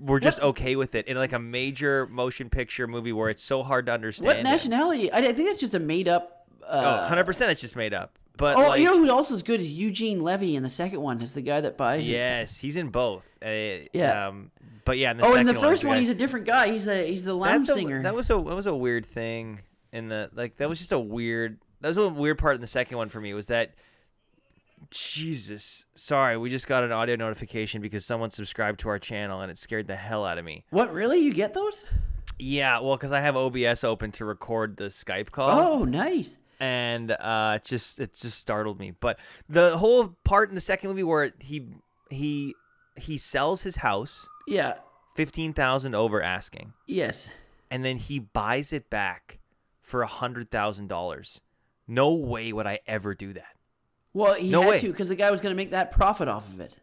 Speaker 1: we're just okay with it in like a major motion picture movie where it's so hard to understand.
Speaker 2: What
Speaker 1: it.
Speaker 2: nationality? I, I think that's just a made up.
Speaker 1: Oh,
Speaker 2: Uh,
Speaker 1: 100% it's just made up. But
Speaker 2: oh,
Speaker 1: like,
Speaker 2: you know who else is good is Eugene Levy in the second one. Is the guy that buys. it.
Speaker 1: yes, he's in both. Uh,
Speaker 2: Yeah.
Speaker 1: Um, but yeah, in the
Speaker 2: Oh,
Speaker 1: second
Speaker 2: in the first one,
Speaker 1: guy-
Speaker 2: he's a different guy. He's a he's the lounge
Speaker 1: that's a-
Speaker 2: singer.
Speaker 1: that was a that was a weird thing in the like that was just a weird that was a weird part in the second one for me was that Jesus, sorry, we just got an audio notification because someone subscribed to our channel and it scared the hell out of me.
Speaker 2: what really? You get those?
Speaker 1: Yeah, well, because I have OBS open to record the Skype call,
Speaker 2: Oh, nice.
Speaker 1: and uh, it just it just startled me. But the whole part in the second movie where he he he sells his house
Speaker 2: Yeah.
Speaker 1: fifteen thousand over asking,
Speaker 2: Yes.
Speaker 1: and then he buys it back for a hundred thousand dollars. No way would I ever do that.
Speaker 2: Well, he
Speaker 1: No
Speaker 2: had
Speaker 1: way.
Speaker 2: to because the guy was going to make that profit off of it.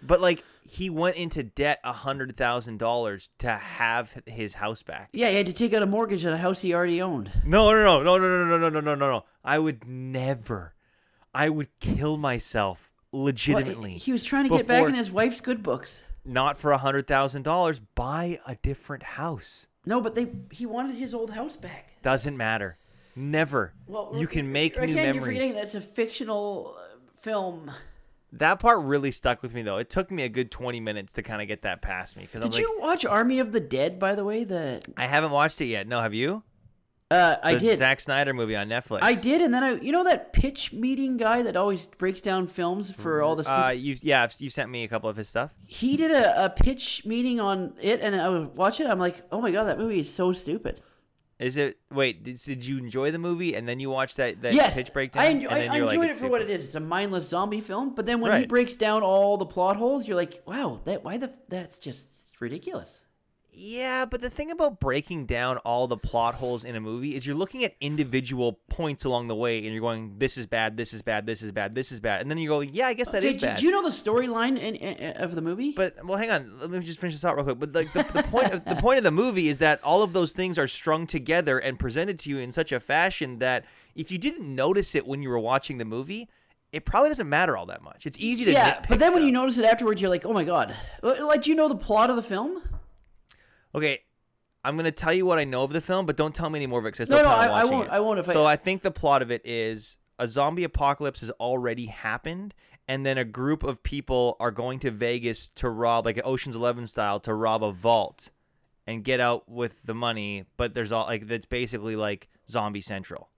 Speaker 1: But like he went into debt a hundred thousand dollars to have his house back.
Speaker 2: Yeah, he had to take out a mortgage on a house he already owned.
Speaker 1: No, no, no, no, no, no, no, no, no, no, no, no. I would never. I would kill myself
Speaker 2: Well,
Speaker 1: legitimately.
Speaker 2: he was trying to get back
Speaker 1: before-
Speaker 2: in his wife's good books.
Speaker 1: not for a hundred thousand dollars. Buy a different house.
Speaker 2: No, but they he wanted his old house back.
Speaker 1: Doesn't matter. Never.
Speaker 2: Well,
Speaker 1: you can make
Speaker 2: again,
Speaker 1: new
Speaker 2: You're
Speaker 1: memories.
Speaker 2: forgetting
Speaker 1: That.
Speaker 2: that's a fictional uh, film.
Speaker 1: part really stuck with me though. It took me a good twenty minutes to kind of get that past me because I'm
Speaker 2: Did
Speaker 1: like,
Speaker 2: you watch Army of the Dead? By the way, the
Speaker 1: I haven't watched it yet. No, have you?
Speaker 2: uh, I
Speaker 1: the
Speaker 2: did.
Speaker 1: Zack Snyder movie on Netflix.
Speaker 2: I did, and then I, you know, that pitch meeting guy that always breaks down films for all the. Stupid,
Speaker 1: Uh, you yeah, I've- you sent me a couple of his stuff.
Speaker 2: he did a, a pitch meeting on it, and I was watching. it, I'm like, oh my god, that movie is so stupid.
Speaker 1: Is it wait? Did, did you enjoy the movie and then you watched that that
Speaker 2: yes,
Speaker 1: pitch breakdown?
Speaker 2: I, enjoy,
Speaker 1: and
Speaker 2: I,
Speaker 1: then
Speaker 2: I
Speaker 1: you're like,
Speaker 2: enjoyed it for
Speaker 1: "It's
Speaker 2: what it
Speaker 1: stupid."
Speaker 2: is. It's a mindless zombie film, but then when he
Speaker 1: Right.
Speaker 2: breaks down all the plot holes, you're like, wow, that why the that's just ridiculous.
Speaker 1: Yeah, but the thing about breaking down all the plot holes in a movie is you're looking at individual points along the way and you're going, "This is bad. This is bad. This is bad. This is bad." And then you go, "Yeah, I guess that
Speaker 2: Did
Speaker 1: is
Speaker 2: you-
Speaker 1: bad."
Speaker 2: Do you know the storyline in, in, of the movie?
Speaker 1: But well, hang on. Let me just finish this out real quick. But like the, the point of the point of the movie is that all of those things are strung together and presented to you in such a fashion that if you didn't notice it when you were watching the movie, it probably doesn't matter all that much. It's easy to
Speaker 2: yeah,
Speaker 1: nitpick
Speaker 2: but then when you
Speaker 1: stuff.
Speaker 2: notice it afterwards, you're like, oh my god. Well, Like, do you know the plot of the film?
Speaker 1: okay. I'm gonna tell you what I know of the film, but don't tell me any more of it because I
Speaker 2: No,
Speaker 1: still
Speaker 2: no,
Speaker 1: plan on
Speaker 2: I- I
Speaker 1: watching
Speaker 2: won't-
Speaker 1: it.
Speaker 2: I won't if I-
Speaker 1: so I think the plot of it is a zombie apocalypse has already happened, and then a group of people are going to Vegas to rob, like Ocean's Eleven style, to rob a vault and get out with the money. But there's all like that's basically like Zombie Central.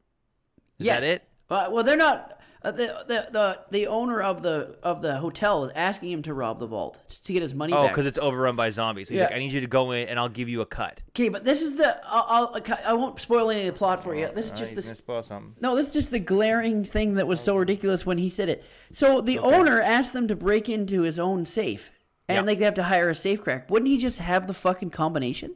Speaker 1: Is
Speaker 2: yes.
Speaker 1: that it?
Speaker 2: Uh, well, they're not. Uh, the, the the the owner of the of the hotel is asking him to rob the vault t- to get his money
Speaker 1: Oh,
Speaker 2: back.
Speaker 1: because it's overrun by zombies. He's
Speaker 2: Yeah.
Speaker 1: like, I need you to go in, and I'll give you a cut.
Speaker 2: okay, but this is the I'll, I'll I won't spoil any of the plot for you. This is just the
Speaker 1: spoil something.
Speaker 2: No, this is just the glaring thing that was so ridiculous when he said it. So the owner asked them to break into his own safe, and
Speaker 1: Yeah.
Speaker 2: like they have to hire a safe crack. Wouldn't he just have the fucking combination?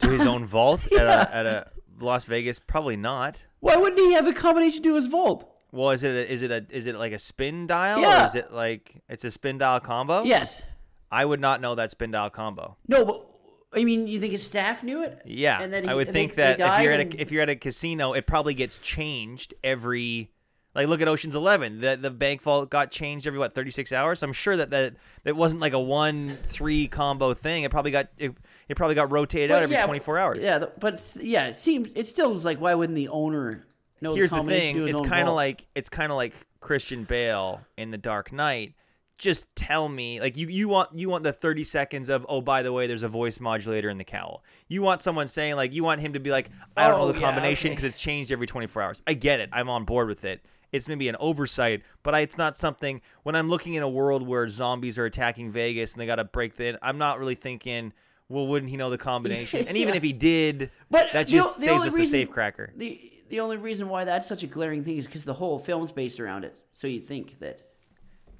Speaker 1: To his
Speaker 2: *laughs*
Speaker 1: own vault at a at a Las Vegas, probably not.
Speaker 2: Why wouldn't he have a combination to his vault?
Speaker 1: Well, is it a, is it a is it like a spin dial
Speaker 2: Yeah.
Speaker 1: or is it like it's a spin dial combo?
Speaker 2: Yes.
Speaker 1: I would not know that spin dial combo.
Speaker 2: No, but I mean, you think his staff knew it?
Speaker 1: Yeah,
Speaker 2: And then
Speaker 1: I
Speaker 2: he-
Speaker 1: would
Speaker 2: and
Speaker 1: think
Speaker 2: they- they
Speaker 1: that if you're
Speaker 2: died
Speaker 1: at
Speaker 2: and-
Speaker 1: a, if you're at a casino, it probably gets changed every. Like look at Ocean's Eleven. The the bank vault got changed every what 36 hours. I'm sure that that that wasn't like a one three combo thing. It probably got it, it probably got rotated
Speaker 2: But
Speaker 1: out every
Speaker 2: yeah,
Speaker 1: 24 hours.
Speaker 2: Yeah, the- but it's- yeah, it seems it still is like why wouldn't the owner know?
Speaker 1: Here's
Speaker 2: the,
Speaker 1: the
Speaker 2: combination To
Speaker 1: thing.
Speaker 2: his
Speaker 1: It's
Speaker 2: own
Speaker 1: kind of
Speaker 2: vault?
Speaker 1: like it's kind of like Christian Bale in The Dark Knight. Just tell me, like you you want you want the 30 seconds of oh by the way there's a voice modulator in the cowl. You want someone saying like you want him to be like I don't
Speaker 2: Oh,
Speaker 1: know the
Speaker 2: yeah,
Speaker 1: combination
Speaker 2: okay.
Speaker 1: because it's changed every 24 hours. I get it. I'm on board with it. It's maybe an oversight, but I, it's not something when I'm looking in a world where zombies are attacking Vegas and they got to break the. I'm not really thinking. Well, wouldn't he know the
Speaker 2: *laughs*
Speaker 1: combination? And even
Speaker 2: Yeah.
Speaker 1: if he did,
Speaker 2: But
Speaker 1: that
Speaker 2: the o-
Speaker 1: just
Speaker 2: the
Speaker 1: saves
Speaker 2: only
Speaker 1: us
Speaker 2: reason-
Speaker 1: the safecracker.
Speaker 2: the the only reason why that's such a glaring thing is because the whole film's based around it. So you think that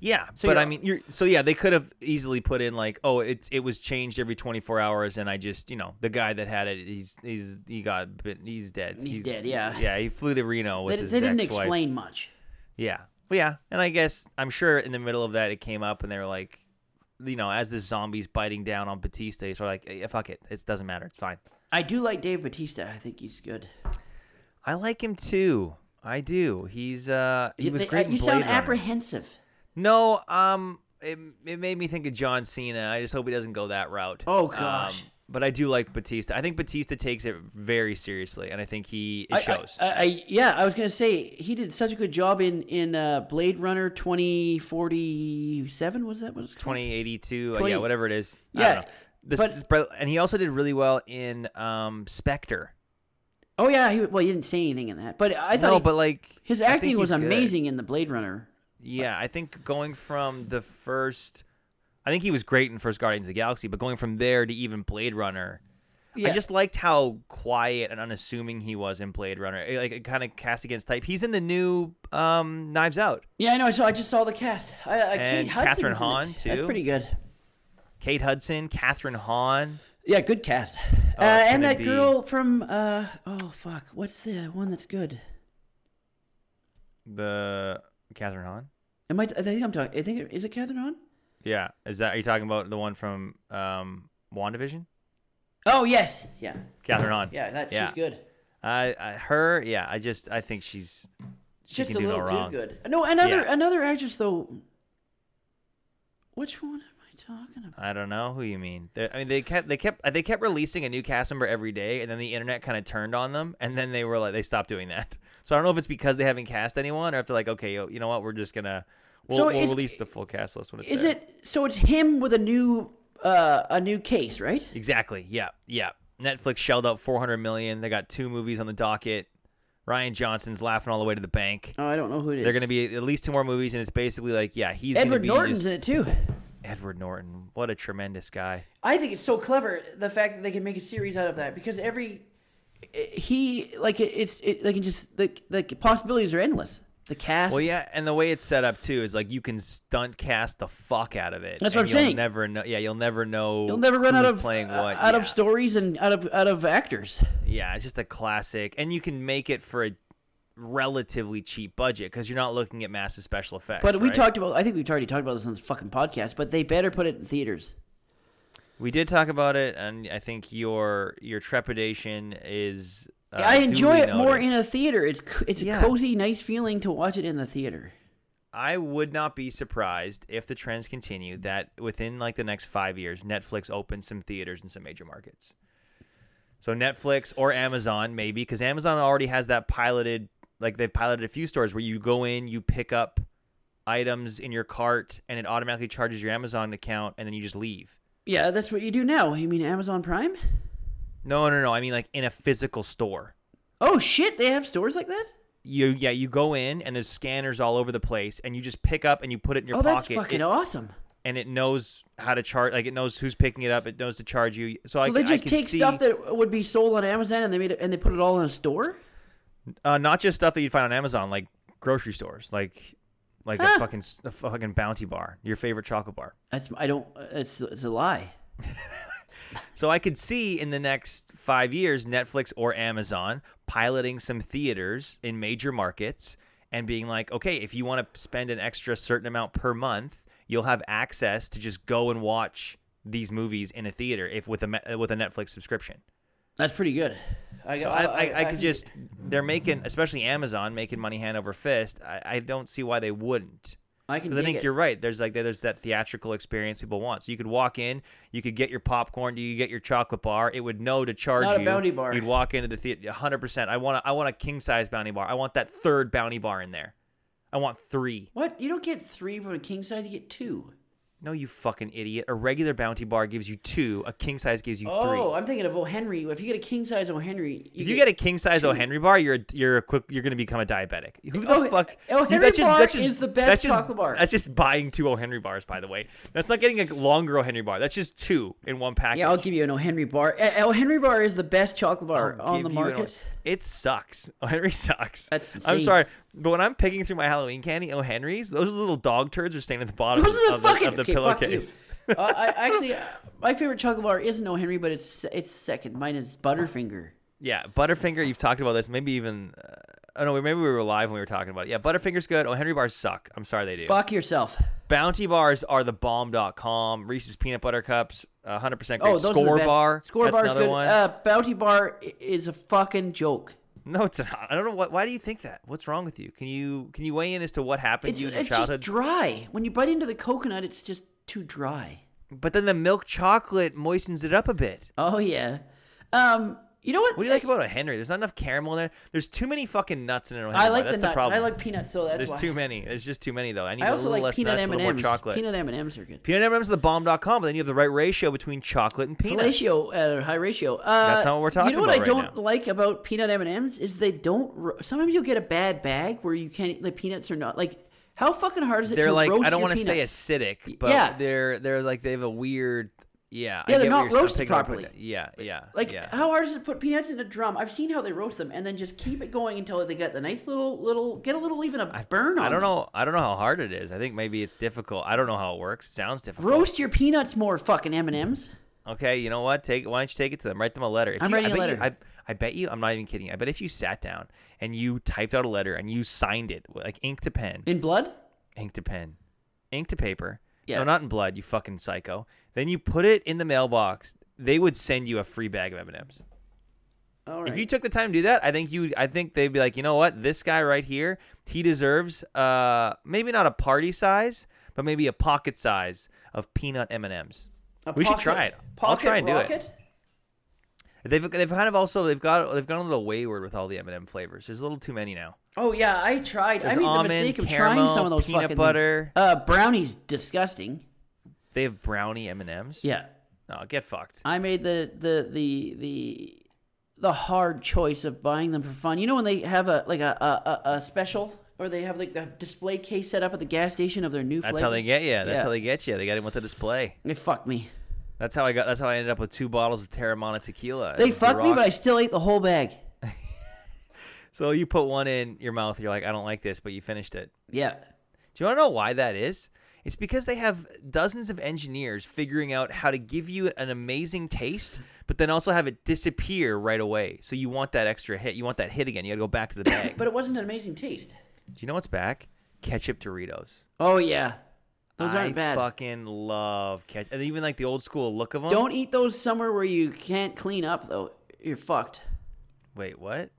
Speaker 1: Yeah,
Speaker 2: So
Speaker 1: but
Speaker 2: you're-
Speaker 1: I mean, you're so yeah. They could have easily put in like, oh, it it was changed every twenty four hours, and I just you know the guy that had it, he's he's he got bit, he's dead.
Speaker 2: He's dead, yeah.
Speaker 1: yeah. He flew to Reno with
Speaker 2: they,
Speaker 1: his
Speaker 2: they didn't
Speaker 1: ex-wife.
Speaker 2: explain much.
Speaker 1: Yeah, but yeah, and I guess I'm sure in the middle of that it came up, and they were like, you know, as the zombies biting down on Batista, so like, yeah, fuck it, it doesn't matter, it's fine.
Speaker 2: I do like Dave Batista. I think he's good.
Speaker 1: I like him too. I do. He's uh he
Speaker 2: You-
Speaker 1: was
Speaker 2: they-
Speaker 1: great. in
Speaker 2: You sound
Speaker 1: Blade Runner.
Speaker 2: apprehensive.
Speaker 1: No, um, it, it made me think of John Cena. I just hope he doesn't go that route. Um,
Speaker 2: Oh, gosh.
Speaker 1: but I do like Batista. I think Batista takes it very seriously, and I think he it
Speaker 2: I-
Speaker 1: shows.
Speaker 2: I, I, I- yeah, I was gonna say he did such a good job in in uh, Blade Runner twenty forty seven. Was that what it's called?
Speaker 1: Twenty eighty two, yeah,
Speaker 2: 20
Speaker 1: whatever it is. I
Speaker 2: Yeah,
Speaker 1: don't know. This
Speaker 2: but-
Speaker 1: is, but and he also did really well in um Spectre.
Speaker 2: Oh yeah, he, well he didn't say anything in that, but I thought
Speaker 1: No,
Speaker 2: he-
Speaker 1: but like
Speaker 2: his
Speaker 1: I think
Speaker 2: acting
Speaker 1: he's
Speaker 2: was
Speaker 1: good.
Speaker 2: amazing in the Blade Runner.
Speaker 1: Yeah, I think going from the first, I think he was great in first Guardians of the Galaxy, but going from there to even Blade Runner, I
Speaker 2: Yeah.
Speaker 1: just liked how quiet and unassuming he was in Blade Runner. It, like it kind of cast against type. He's in the new um, Knives Out.
Speaker 2: Yeah, I know. So I just saw the cast. I, uh,
Speaker 1: And
Speaker 2: Kate
Speaker 1: Catherine
Speaker 2: Hudson's in
Speaker 1: Hahn,
Speaker 2: it.
Speaker 1: too.
Speaker 2: That's pretty good.
Speaker 1: Kate Hudson, Catherine Hahn,
Speaker 2: Yeah, good cast.
Speaker 1: Oh,
Speaker 2: uh,
Speaker 1: it's
Speaker 2: and
Speaker 1: gonna
Speaker 2: that
Speaker 1: be-
Speaker 2: girl from uh oh fuck, what's the one that's good?
Speaker 1: the Catherine Hahn.
Speaker 2: Am I? I think I'm talking. I think is it Catherine Hahn?
Speaker 1: Yeah, is that are you talking about the one from um, WandaVision?
Speaker 2: Oh yes, yeah,
Speaker 1: Catherine Hahn.
Speaker 2: yeah. That
Speaker 1: Yeah.
Speaker 2: she's good.
Speaker 1: I, I her yeah. I just I think she's she
Speaker 2: Just
Speaker 1: can
Speaker 2: a
Speaker 1: do
Speaker 2: little
Speaker 1: no
Speaker 2: too
Speaker 1: wrong.
Speaker 2: good. No, another
Speaker 1: Yeah.
Speaker 2: another actress though. Which one am I talking about?
Speaker 1: I don't know who you mean. they I mean, they kept they kept they kept releasing a new cast member every day, and then the internet kind of turned on them, and then they were like they stopped doing that. So I don't know if it's because they haven't cast anyone, or if they're like, okay, yo, you know what, we're just gonna we'll,
Speaker 2: So
Speaker 1: we'll
Speaker 2: is-
Speaker 1: release the full cast list when it's
Speaker 2: Is
Speaker 1: there.
Speaker 2: it? So it's him with a new uh a new case, right?
Speaker 1: exactly? Yeah, yeah. Netflix shelled out 400 million. They got two movies on the docket. Ryan Johnson's laughing all the way to the bank.
Speaker 2: Oh, I don't know who it is.
Speaker 1: They're gonna be at least two more movies, and it's basically like, yeah, he's gonna
Speaker 2: Edward
Speaker 1: be
Speaker 2: Norton's
Speaker 1: just-
Speaker 2: in it too.
Speaker 1: Edward Norton. What a tremendous guy.
Speaker 2: I think it's so clever the fact that they can make a series out of that because every eh, he like it, it's it, they can just the the possibilities are endless. The cast.
Speaker 1: Well, yeah, and the way it's set up too is like you can stunt cast the fuck out of it.
Speaker 2: That's what
Speaker 1: and
Speaker 2: I'm
Speaker 1: you'll
Speaker 2: saying.
Speaker 1: Never know. Yeah, you'll never know.
Speaker 2: You'll never run
Speaker 1: who's
Speaker 2: out of
Speaker 1: playing
Speaker 2: uh,
Speaker 1: what.
Speaker 2: out
Speaker 1: yeah.
Speaker 2: of stories and out of out of actors.
Speaker 1: yeah, it's just a classic, and you can make it for a relatively cheap budget because you're not looking at massive special effects.
Speaker 2: But we
Speaker 1: right?
Speaker 2: talked about. I think we've already talked about this on this fucking podcast. But they better put it in theaters.
Speaker 1: We did talk about it, and I think your your trepidation is. Uh,
Speaker 2: I enjoy
Speaker 1: duly
Speaker 2: it more
Speaker 1: noted.
Speaker 2: in a theater. It's c- it's a
Speaker 1: Yeah.
Speaker 2: cozy, nice feeling to watch it in the theater.
Speaker 1: I would not be surprised if the trends continue that within like the next five years, Netflix opens some theaters in some major markets. So Netflix or Amazon, maybe, because Amazon already has that piloted, like they've piloted a few stores where you go in, you pick up items in your cart, and it automatically charges your Amazon account, and then you just leave.
Speaker 2: Yeah, that's what you do now. You mean Amazon Prime?
Speaker 1: No, no, no. I mean like in a physical store.
Speaker 2: Oh shit, they have stores like that.
Speaker 1: You yeah, you go in and there's scanners all over the place, and you just pick up and you put it in your
Speaker 2: oh, that's
Speaker 1: pocket.
Speaker 2: fucking
Speaker 1: It-
Speaker 2: awesome.
Speaker 1: and it knows how to charge. Like it knows who's picking it up. It knows to charge you. So, I
Speaker 2: So
Speaker 1: can,
Speaker 2: they
Speaker 1: I
Speaker 2: just
Speaker 1: can
Speaker 2: take
Speaker 1: see,
Speaker 2: stuff that would be sold on Amazon and they made it and they put it all in a store.
Speaker 1: uh, not just stuff that you'd find on Amazon, like grocery stores, like like
Speaker 2: Huh.
Speaker 1: a fucking s- a fucking Bounty bar, your favorite chocolate bar.
Speaker 2: That's I don't. It's it's a lie.
Speaker 1: So I could see in the next five years, Netflix or Amazon piloting some theaters in major markets and being like, okay, if you want to spend an extra certain amount per month, you'll have access to just go and watch these movies in a theater if with a me- with a Netflix subscription.
Speaker 2: That's pretty good. I,
Speaker 1: So I, I, I, could just they're making especially Amazon making money hand over fist. I, I don't see why they wouldn't.
Speaker 2: I can.
Speaker 1: Because I
Speaker 2: dig
Speaker 1: think
Speaker 2: it.
Speaker 1: you're right. There's like there's that theatrical experience people want. So you could walk in, you could get your popcorn, you could get your chocolate bar. It would know to charge
Speaker 2: Not a
Speaker 1: you.
Speaker 2: Bounty bar.
Speaker 1: You'd walk into the theater. 100. percent I want a, I want a king size bounty bar. I want that third bounty bar in there. I want three.
Speaker 2: What you don't get three from a king size, you get two.
Speaker 1: No, you fucking idiot. A regular bounty bar gives you two. A king size gives you
Speaker 2: Oh,
Speaker 1: three.
Speaker 2: I'm thinking of O. Henry. If you get a king size O. Henry,
Speaker 1: If you get a king size O Henry bar, you're you're a quick you're gonna become a diabetic. Who the
Speaker 2: Oh,
Speaker 1: fuck?
Speaker 2: O.
Speaker 1: you-
Speaker 2: Henry bar is the best
Speaker 1: that's just,
Speaker 2: chocolate bar.
Speaker 1: That's just buying two O Henry bars, by the way. That's not getting a longer O Henry bar. That's just two in one package.
Speaker 2: Yeah, I'll give you an O. Henry bar. A- O. Henry bar is the best chocolate bar
Speaker 1: I'll
Speaker 2: on
Speaker 1: give
Speaker 2: the
Speaker 1: you an O-
Speaker 2: market.
Speaker 1: It sucks. *laughs* O Henry sucks.
Speaker 2: That's
Speaker 1: I'm
Speaker 2: insane.
Speaker 1: sorry, but when I'm picking through my Halloween candy, O Henrys, those little dog turds are staying at the bottom
Speaker 2: Those are the
Speaker 1: of,
Speaker 2: fucking
Speaker 1: of the
Speaker 2: okay, fuck you.
Speaker 1: pillowcase.
Speaker 2: uh,
Speaker 1: *laughs*
Speaker 2: I actually, uh, my favorite chocolate bar isn't O. Henry, but it's se- it's second. Mine is Butterfinger.
Speaker 1: Yeah, Butterfinger. You've talked about this. Maybe even. Uh, oh no, maybe we were live when we were talking about it. Yeah, Butterfinger's good. O Henry bars suck. I'm sorry they do.
Speaker 2: Fuck yourself.
Speaker 1: Bounty bars are the bomb.com. Reese's peanut butter cups, 100% great.
Speaker 2: Oh, those are the
Speaker 1: Score
Speaker 2: best.
Speaker 1: bar.
Speaker 2: Score
Speaker 1: that's
Speaker 2: bar's
Speaker 1: another
Speaker 2: good.
Speaker 1: one.
Speaker 2: Uh, Bounty bar i- is a fucking joke.
Speaker 1: no, it's not. I don't know what why do you think that? What's wrong with you? Can you can you weigh in as to what happened
Speaker 2: It's,
Speaker 1: to you in your
Speaker 2: it's just
Speaker 1: childhood?
Speaker 2: dry. When you bite into the coconut, it's just too dry.
Speaker 1: but then the milk chocolate moistens it up a bit.
Speaker 2: Oh yeah. Um, you know what?
Speaker 1: What do you like about a Henry? There's not enough caramel in there. There's too many fucking nuts in an Henry.
Speaker 2: I
Speaker 1: bar.
Speaker 2: like the
Speaker 1: that's
Speaker 2: nuts.
Speaker 1: problem.
Speaker 2: I like peanuts, so that's
Speaker 1: There's
Speaker 2: why.
Speaker 1: too many. There's just too many though. I need
Speaker 2: I
Speaker 1: a
Speaker 2: also
Speaker 1: little
Speaker 2: like
Speaker 1: less
Speaker 2: peanut
Speaker 1: nuts,
Speaker 2: M
Speaker 1: a
Speaker 2: and
Speaker 1: little
Speaker 2: M's.
Speaker 1: more chocolate. Peanut,
Speaker 2: Peanut M and M's are good.
Speaker 1: M&M's at the bomb.com, but then you have the right ratio between chocolate and peanut.
Speaker 2: Fellatio at a high ratio. Uh,
Speaker 1: That's not what we're
Speaker 2: You
Speaker 1: talking
Speaker 2: know what
Speaker 1: about
Speaker 2: I
Speaker 1: right
Speaker 2: don't
Speaker 1: now.
Speaker 2: like about peanut M and M's is they don't. ro- Sometimes you get a bad bag where you can't. The peanuts are not like. How fucking hard is it?
Speaker 1: they're
Speaker 2: to
Speaker 1: like
Speaker 2: roast
Speaker 1: I don't
Speaker 2: want
Speaker 1: want
Speaker 2: to
Speaker 1: to say acidic, but
Speaker 2: Yeah.
Speaker 1: they're they're like they have a weird yeah.
Speaker 2: Yeah,
Speaker 1: I
Speaker 2: they're
Speaker 1: get
Speaker 2: not
Speaker 1: what you're- I'm
Speaker 2: roasted
Speaker 1: picking up on
Speaker 2: properly.
Speaker 1: that. Yeah, yeah,
Speaker 2: Like
Speaker 1: yeah.
Speaker 2: how hard is it to put peanuts in a drum? I've seen how they roast them, and then just keep it going until they get the nice little little get a little even a burn on.
Speaker 1: I don't
Speaker 2: them.
Speaker 1: know. I don't know how hard it is. I think maybe it's difficult. I don't know how it works. It sounds difficult.
Speaker 2: Roast your peanuts more, fucking M and M's.
Speaker 1: Okay, you know what? Take why don't you take it to them? Write them a letter. If
Speaker 2: I'm
Speaker 1: you,
Speaker 2: writing
Speaker 1: I
Speaker 2: a
Speaker 1: bet You,
Speaker 2: letter.
Speaker 1: I, I bet you. I'm not even kidding. I bet if you sat down and you typed out a letter and you signed it like ink to pen,
Speaker 2: In blood?
Speaker 1: ink to pen, ink to paper. No,
Speaker 2: Yeah.
Speaker 1: not in blood. You fucking psycho. Then you put it in the mailbox. They would send you a free bag of M and M's.
Speaker 2: All
Speaker 1: If you
Speaker 2: right.
Speaker 1: took the time to do that, I think you. I think they'd be like, you know what? This guy right here, he deserves uh maybe not a party size, but maybe a pocket size of peanut M and M's.
Speaker 2: A
Speaker 1: we should try it. I'll try and do it.
Speaker 2: rocket?
Speaker 1: They've they've kind of also they've got they've gone a little wayward with all the M and m flavors. There's a little too many now.
Speaker 2: Oh yeah, I tried.
Speaker 1: There's
Speaker 2: I made
Speaker 1: almond,
Speaker 2: the mistake of
Speaker 1: caramel,
Speaker 2: trying some of those
Speaker 1: peanut
Speaker 2: fucking things.
Speaker 1: butter.
Speaker 2: Uh, brownies, disgusting.
Speaker 1: They have brownie M and M's.
Speaker 2: Yeah,
Speaker 1: No, get fucked.
Speaker 2: I made the the the the the hard choice of buying them for fun. You know when they have a like a a, a, a special or they have like the display case set up at the gas station of their new.
Speaker 1: That's
Speaker 2: flavor?
Speaker 1: how they get you. That's
Speaker 2: Yeah.
Speaker 1: how they get you. They got him with the display.
Speaker 2: They fucked me.
Speaker 1: That's how I got. That's how I ended up with two bottles of Terramana tequila. It
Speaker 2: They
Speaker 1: was the
Speaker 2: fucked me, but I
Speaker 1: rocks.
Speaker 2: still ate the whole bag.
Speaker 1: So you put one in your mouth. You're like, I don't like this, but you finished it.
Speaker 2: Yeah.
Speaker 1: Do you want to know why that is? It's because they have dozens of engineers figuring out how to give you an amazing taste, but then also have it disappear right away. So you want that extra hit. You want that hit again. You got to go back to the
Speaker 2: *coughs*
Speaker 1: bag.
Speaker 2: But it wasn't an amazing taste.
Speaker 1: Do you know what's back? Ketchup Doritos.
Speaker 2: Oh yeah, those
Speaker 1: I
Speaker 2: aren't bad.
Speaker 1: fucking love ketchup. And even like the old school look of them.
Speaker 2: Don't eat those somewhere where you can't clean up though. You're fucked.
Speaker 1: Wait, what?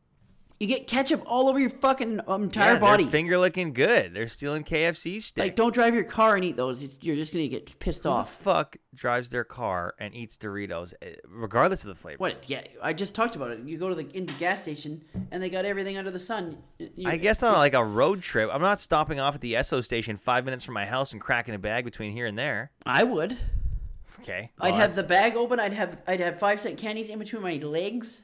Speaker 2: You get ketchup all over your fucking um, entire
Speaker 1: Yeah,
Speaker 2: body.
Speaker 1: They're finger looking good. They're stealing KFC stick.
Speaker 2: Like, don't drive your car and eat those. It's- You're just gonna get pissed
Speaker 1: Who the
Speaker 2: off.
Speaker 1: fuck drives their car and eats Doritos, eh, regardless of the flavor?
Speaker 2: What? Yeah, I just talked about it. You go to the in the gas station and they got everything under the sun. You-
Speaker 1: I guess on like a road trip, I'm not stopping off at the Esso station five minutes from my house and cracking a bag between here and there.
Speaker 2: I would.
Speaker 1: Okay,
Speaker 2: I'd
Speaker 1: well,
Speaker 2: have the
Speaker 1: Oh, that's-
Speaker 2: bag open. I'd have I'd have five cent candies in between my legs.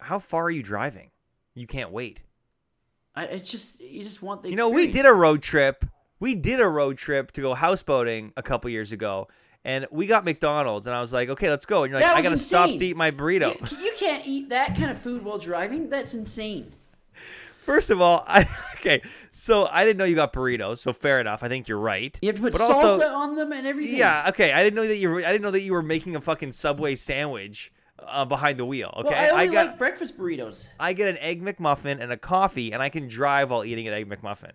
Speaker 1: How far are you driving? You can't wait.
Speaker 2: I, it's just you just want the.
Speaker 1: You know, we
Speaker 2: experience.
Speaker 1: did a road trip. We did a road trip to go houseboating a couple years ago, and we got McDonald's, and I was like, "Okay, let's go." And you're like,
Speaker 2: That
Speaker 1: "I
Speaker 2: was
Speaker 1: gotta stop to
Speaker 2: insane.
Speaker 1: eat my burrito."
Speaker 2: You, you can't eat that kind of food while driving. That's insane.
Speaker 1: *laughs* First of all, *laughs* I okay, so I didn't know you got burritos, so fair enough. I think you're right.
Speaker 2: You have to put
Speaker 1: but
Speaker 2: salsa
Speaker 1: also,
Speaker 2: on them and everything.
Speaker 1: yeah, okay. I didn't know that you. Were, I didn't know that you were making a fucking subway sandwich uh, behind the wheel. Okay,
Speaker 2: Well, I only
Speaker 1: got
Speaker 2: like breakfast burritos.
Speaker 1: I get an egg McMuffin and a coffee, and I can drive while eating an egg McMuffin.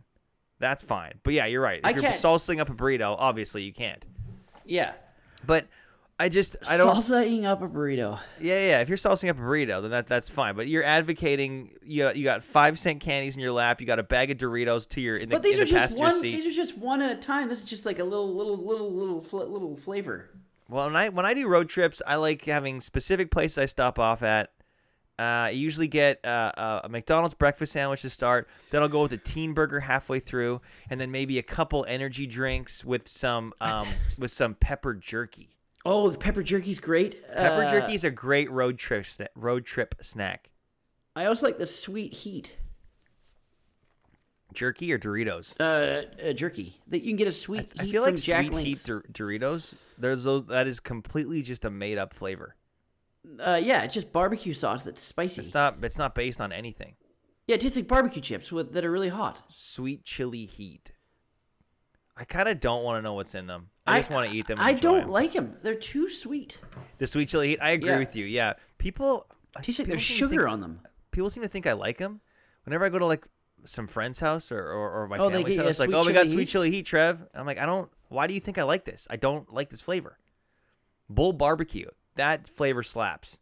Speaker 1: That's fine. But yeah, you're right. If
Speaker 2: I
Speaker 1: you're
Speaker 2: can't.
Speaker 1: salsing up a burrito, obviously you can't.
Speaker 2: Yeah.
Speaker 1: But I just I don't.
Speaker 2: salsa eating up a burrito.
Speaker 1: Yeah, yeah. If you're salsing up a burrito, then that that's fine. But you're advocating. You you got five cent candies in your lap. You got a bag of Doritos to your in the,
Speaker 2: But these
Speaker 1: in
Speaker 2: are
Speaker 1: the
Speaker 2: just
Speaker 1: passenger
Speaker 2: one.
Speaker 1: seat.
Speaker 2: These are just one at a time. This is just like a little, little, little, little, fl- little flavor.
Speaker 1: Well, when I when I do road trips, I like having specific places I stop off at. Uh, I usually get uh, uh, a McDonald's breakfast sandwich to start. Then I'll go with a teen burger halfway through, and then maybe a couple energy drinks with
Speaker 2: *laughs*
Speaker 1: some um, with some pepper jerky.
Speaker 2: Oh, the pepper jerky's great.
Speaker 1: Pepper
Speaker 2: Uh,
Speaker 1: jerky is a great road trip sna- road trip snack.
Speaker 2: I also like the sweet heat
Speaker 1: Jerky or Doritos?
Speaker 2: uh, uh, jerky that you can get a sweet heat
Speaker 1: I feel
Speaker 2: from
Speaker 1: like
Speaker 2: Jack
Speaker 1: sweet heat
Speaker 2: Link's.
Speaker 1: Dor- Doritos. There's those that is completely just a made up flavor.
Speaker 2: uh, yeah, it's just barbecue sauce that's spicy.
Speaker 1: It's not it's not based on anything.
Speaker 2: yeah, it tastes like barbecue chips with that are really hot.
Speaker 1: sweet chili heat. I kind of don't want to know what's in them. I, just want to eat them. and
Speaker 2: I
Speaker 1: enjoy
Speaker 2: don't
Speaker 1: 'em.
Speaker 2: like them. They're too sweet.
Speaker 1: the sweet chili heat. I agree
Speaker 2: Yeah.
Speaker 1: with you. Yeah, people.
Speaker 2: Tastes
Speaker 1: people
Speaker 2: like there's
Speaker 1: seem to
Speaker 2: sugar
Speaker 1: think-
Speaker 2: on them.
Speaker 1: People seem to think I like them. Whenever I go to like some friend's house or or, or my
Speaker 2: Oh, they
Speaker 1: family's
Speaker 2: get you a
Speaker 1: house, like,
Speaker 2: sweet
Speaker 1: oh, we got
Speaker 2: chili
Speaker 1: sweet
Speaker 2: heat?"
Speaker 1: chili heat, Trev. And I'm like, I don't. Why do you think I like this? I don't like this flavor. Bull barbecue. That flavor slaps.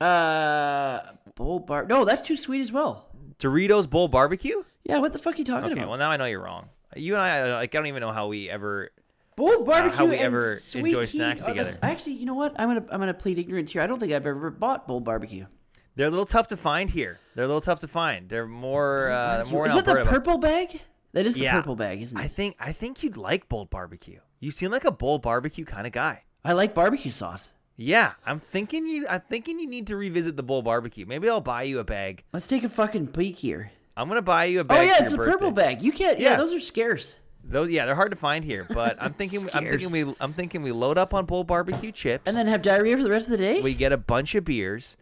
Speaker 2: Uh, bowl bar. No, that's too sweet as well.
Speaker 1: Doritos bull barbecue.
Speaker 2: Yeah, what the fuck are you talking
Speaker 1: Okay,
Speaker 2: about?
Speaker 1: well now I know you're wrong. You and I, like, I don't even know how we ever
Speaker 2: Both barbecue
Speaker 1: Uh, how we
Speaker 2: and
Speaker 1: ever
Speaker 2: sweet
Speaker 1: enjoy
Speaker 2: heat
Speaker 1: snacks
Speaker 2: are the-
Speaker 1: together.
Speaker 2: actually, you know what? I'm gonna I'm gonna plead ignorance here. I don't think I've ever bought bowl barbecue.
Speaker 1: They're a little tough to find here. They're a little tough to find. They're more uh, they're more in
Speaker 2: is that the
Speaker 1: Alberta. but-
Speaker 2: purple bag? That is the
Speaker 1: Yeah.
Speaker 2: purple bag, isn't
Speaker 1: I
Speaker 2: it?
Speaker 1: think I think you'd like bold barbecue. You seem like a bold barbecue kind of guy.
Speaker 2: I, like barbecue sauce.
Speaker 1: Yeah, I'm thinking you. I'm thinking you need to revisit the bold barbecue. Maybe I'll buy you a bag.
Speaker 2: Let's take a fucking peek here.
Speaker 1: I'm gonna buy you a bag.
Speaker 2: oh yeah,
Speaker 1: for
Speaker 2: it's the
Speaker 1: your
Speaker 2: purple
Speaker 1: birthday.
Speaker 2: bag. You can't. Yeah,
Speaker 1: Yeah.
Speaker 2: those are scarce.
Speaker 1: Those, yeah, they're hard to find
Speaker 2: *laughs*
Speaker 1: here. But I'm thinking. I'm
Speaker 2: Scarce.
Speaker 1: thinking we. I'm thinking we load up on bold barbecue chips.
Speaker 2: And then have diarrhea for the rest of the day.
Speaker 1: we get a bunch of beers,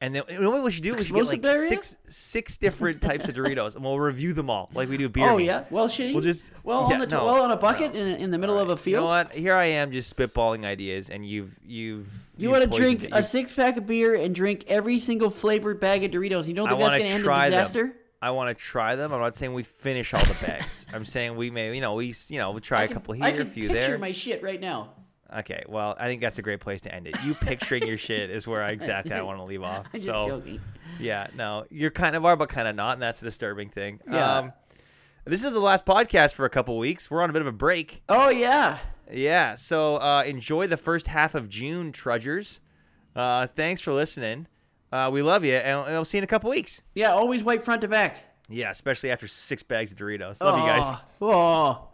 Speaker 1: And then you know what we should do? We should get like
Speaker 2: Explosive diarrhea?
Speaker 1: six six different types of Doritos, and we'll review them all, like we do beer.
Speaker 2: Oh
Speaker 1: meat.
Speaker 2: yeah. Well, shitty.
Speaker 1: We'll just-
Speaker 2: well
Speaker 1: yeah,
Speaker 2: on the
Speaker 1: no,
Speaker 2: well on a bucket in, in the middle of a
Speaker 1: You
Speaker 2: field.
Speaker 1: know what? Here I am, just spitballing ideas, and you've you've.
Speaker 2: you
Speaker 1: you've
Speaker 2: want to
Speaker 1: poisoned
Speaker 2: drink
Speaker 1: it.
Speaker 2: a
Speaker 1: You've-
Speaker 2: six pack of beer and drink every single flavored bag of Doritos. You don't
Speaker 1: I
Speaker 2: think that's
Speaker 1: wanna
Speaker 2: going to end in
Speaker 1: try them.
Speaker 2: disaster?
Speaker 1: I want to try them. I'm not saying we finish all the bags. *laughs* I'm saying we may, you know, we s- you know, we try a
Speaker 2: I can-
Speaker 1: couple
Speaker 2: I
Speaker 1: here, a
Speaker 2: can
Speaker 1: few
Speaker 2: picture
Speaker 1: there.
Speaker 2: my shit right now.
Speaker 1: Okay, well, I think that's a great place to end it. You picturing your shit is
Speaker 2: *laughs*
Speaker 1: where I exactly I want to leave off.
Speaker 2: I'm just
Speaker 1: so
Speaker 2: joking.
Speaker 1: yeah, no, you're kind of are, but kind of not, and that's the disturbing thing.
Speaker 2: Yeah.
Speaker 1: Um, this is the last podcast for a couple weeks. We're on a bit of a break.
Speaker 2: Oh yeah.
Speaker 1: Yeah, so uh, enjoy the first half of June, Trudgers. Uh, thanks for listening. Uh, we love you, and we'll see you in a couple weeks.
Speaker 2: Yeah, always wipe front to back.
Speaker 1: Yeah, especially after six bags of Doritos. Love you guys.
Speaker 2: Oh. oh.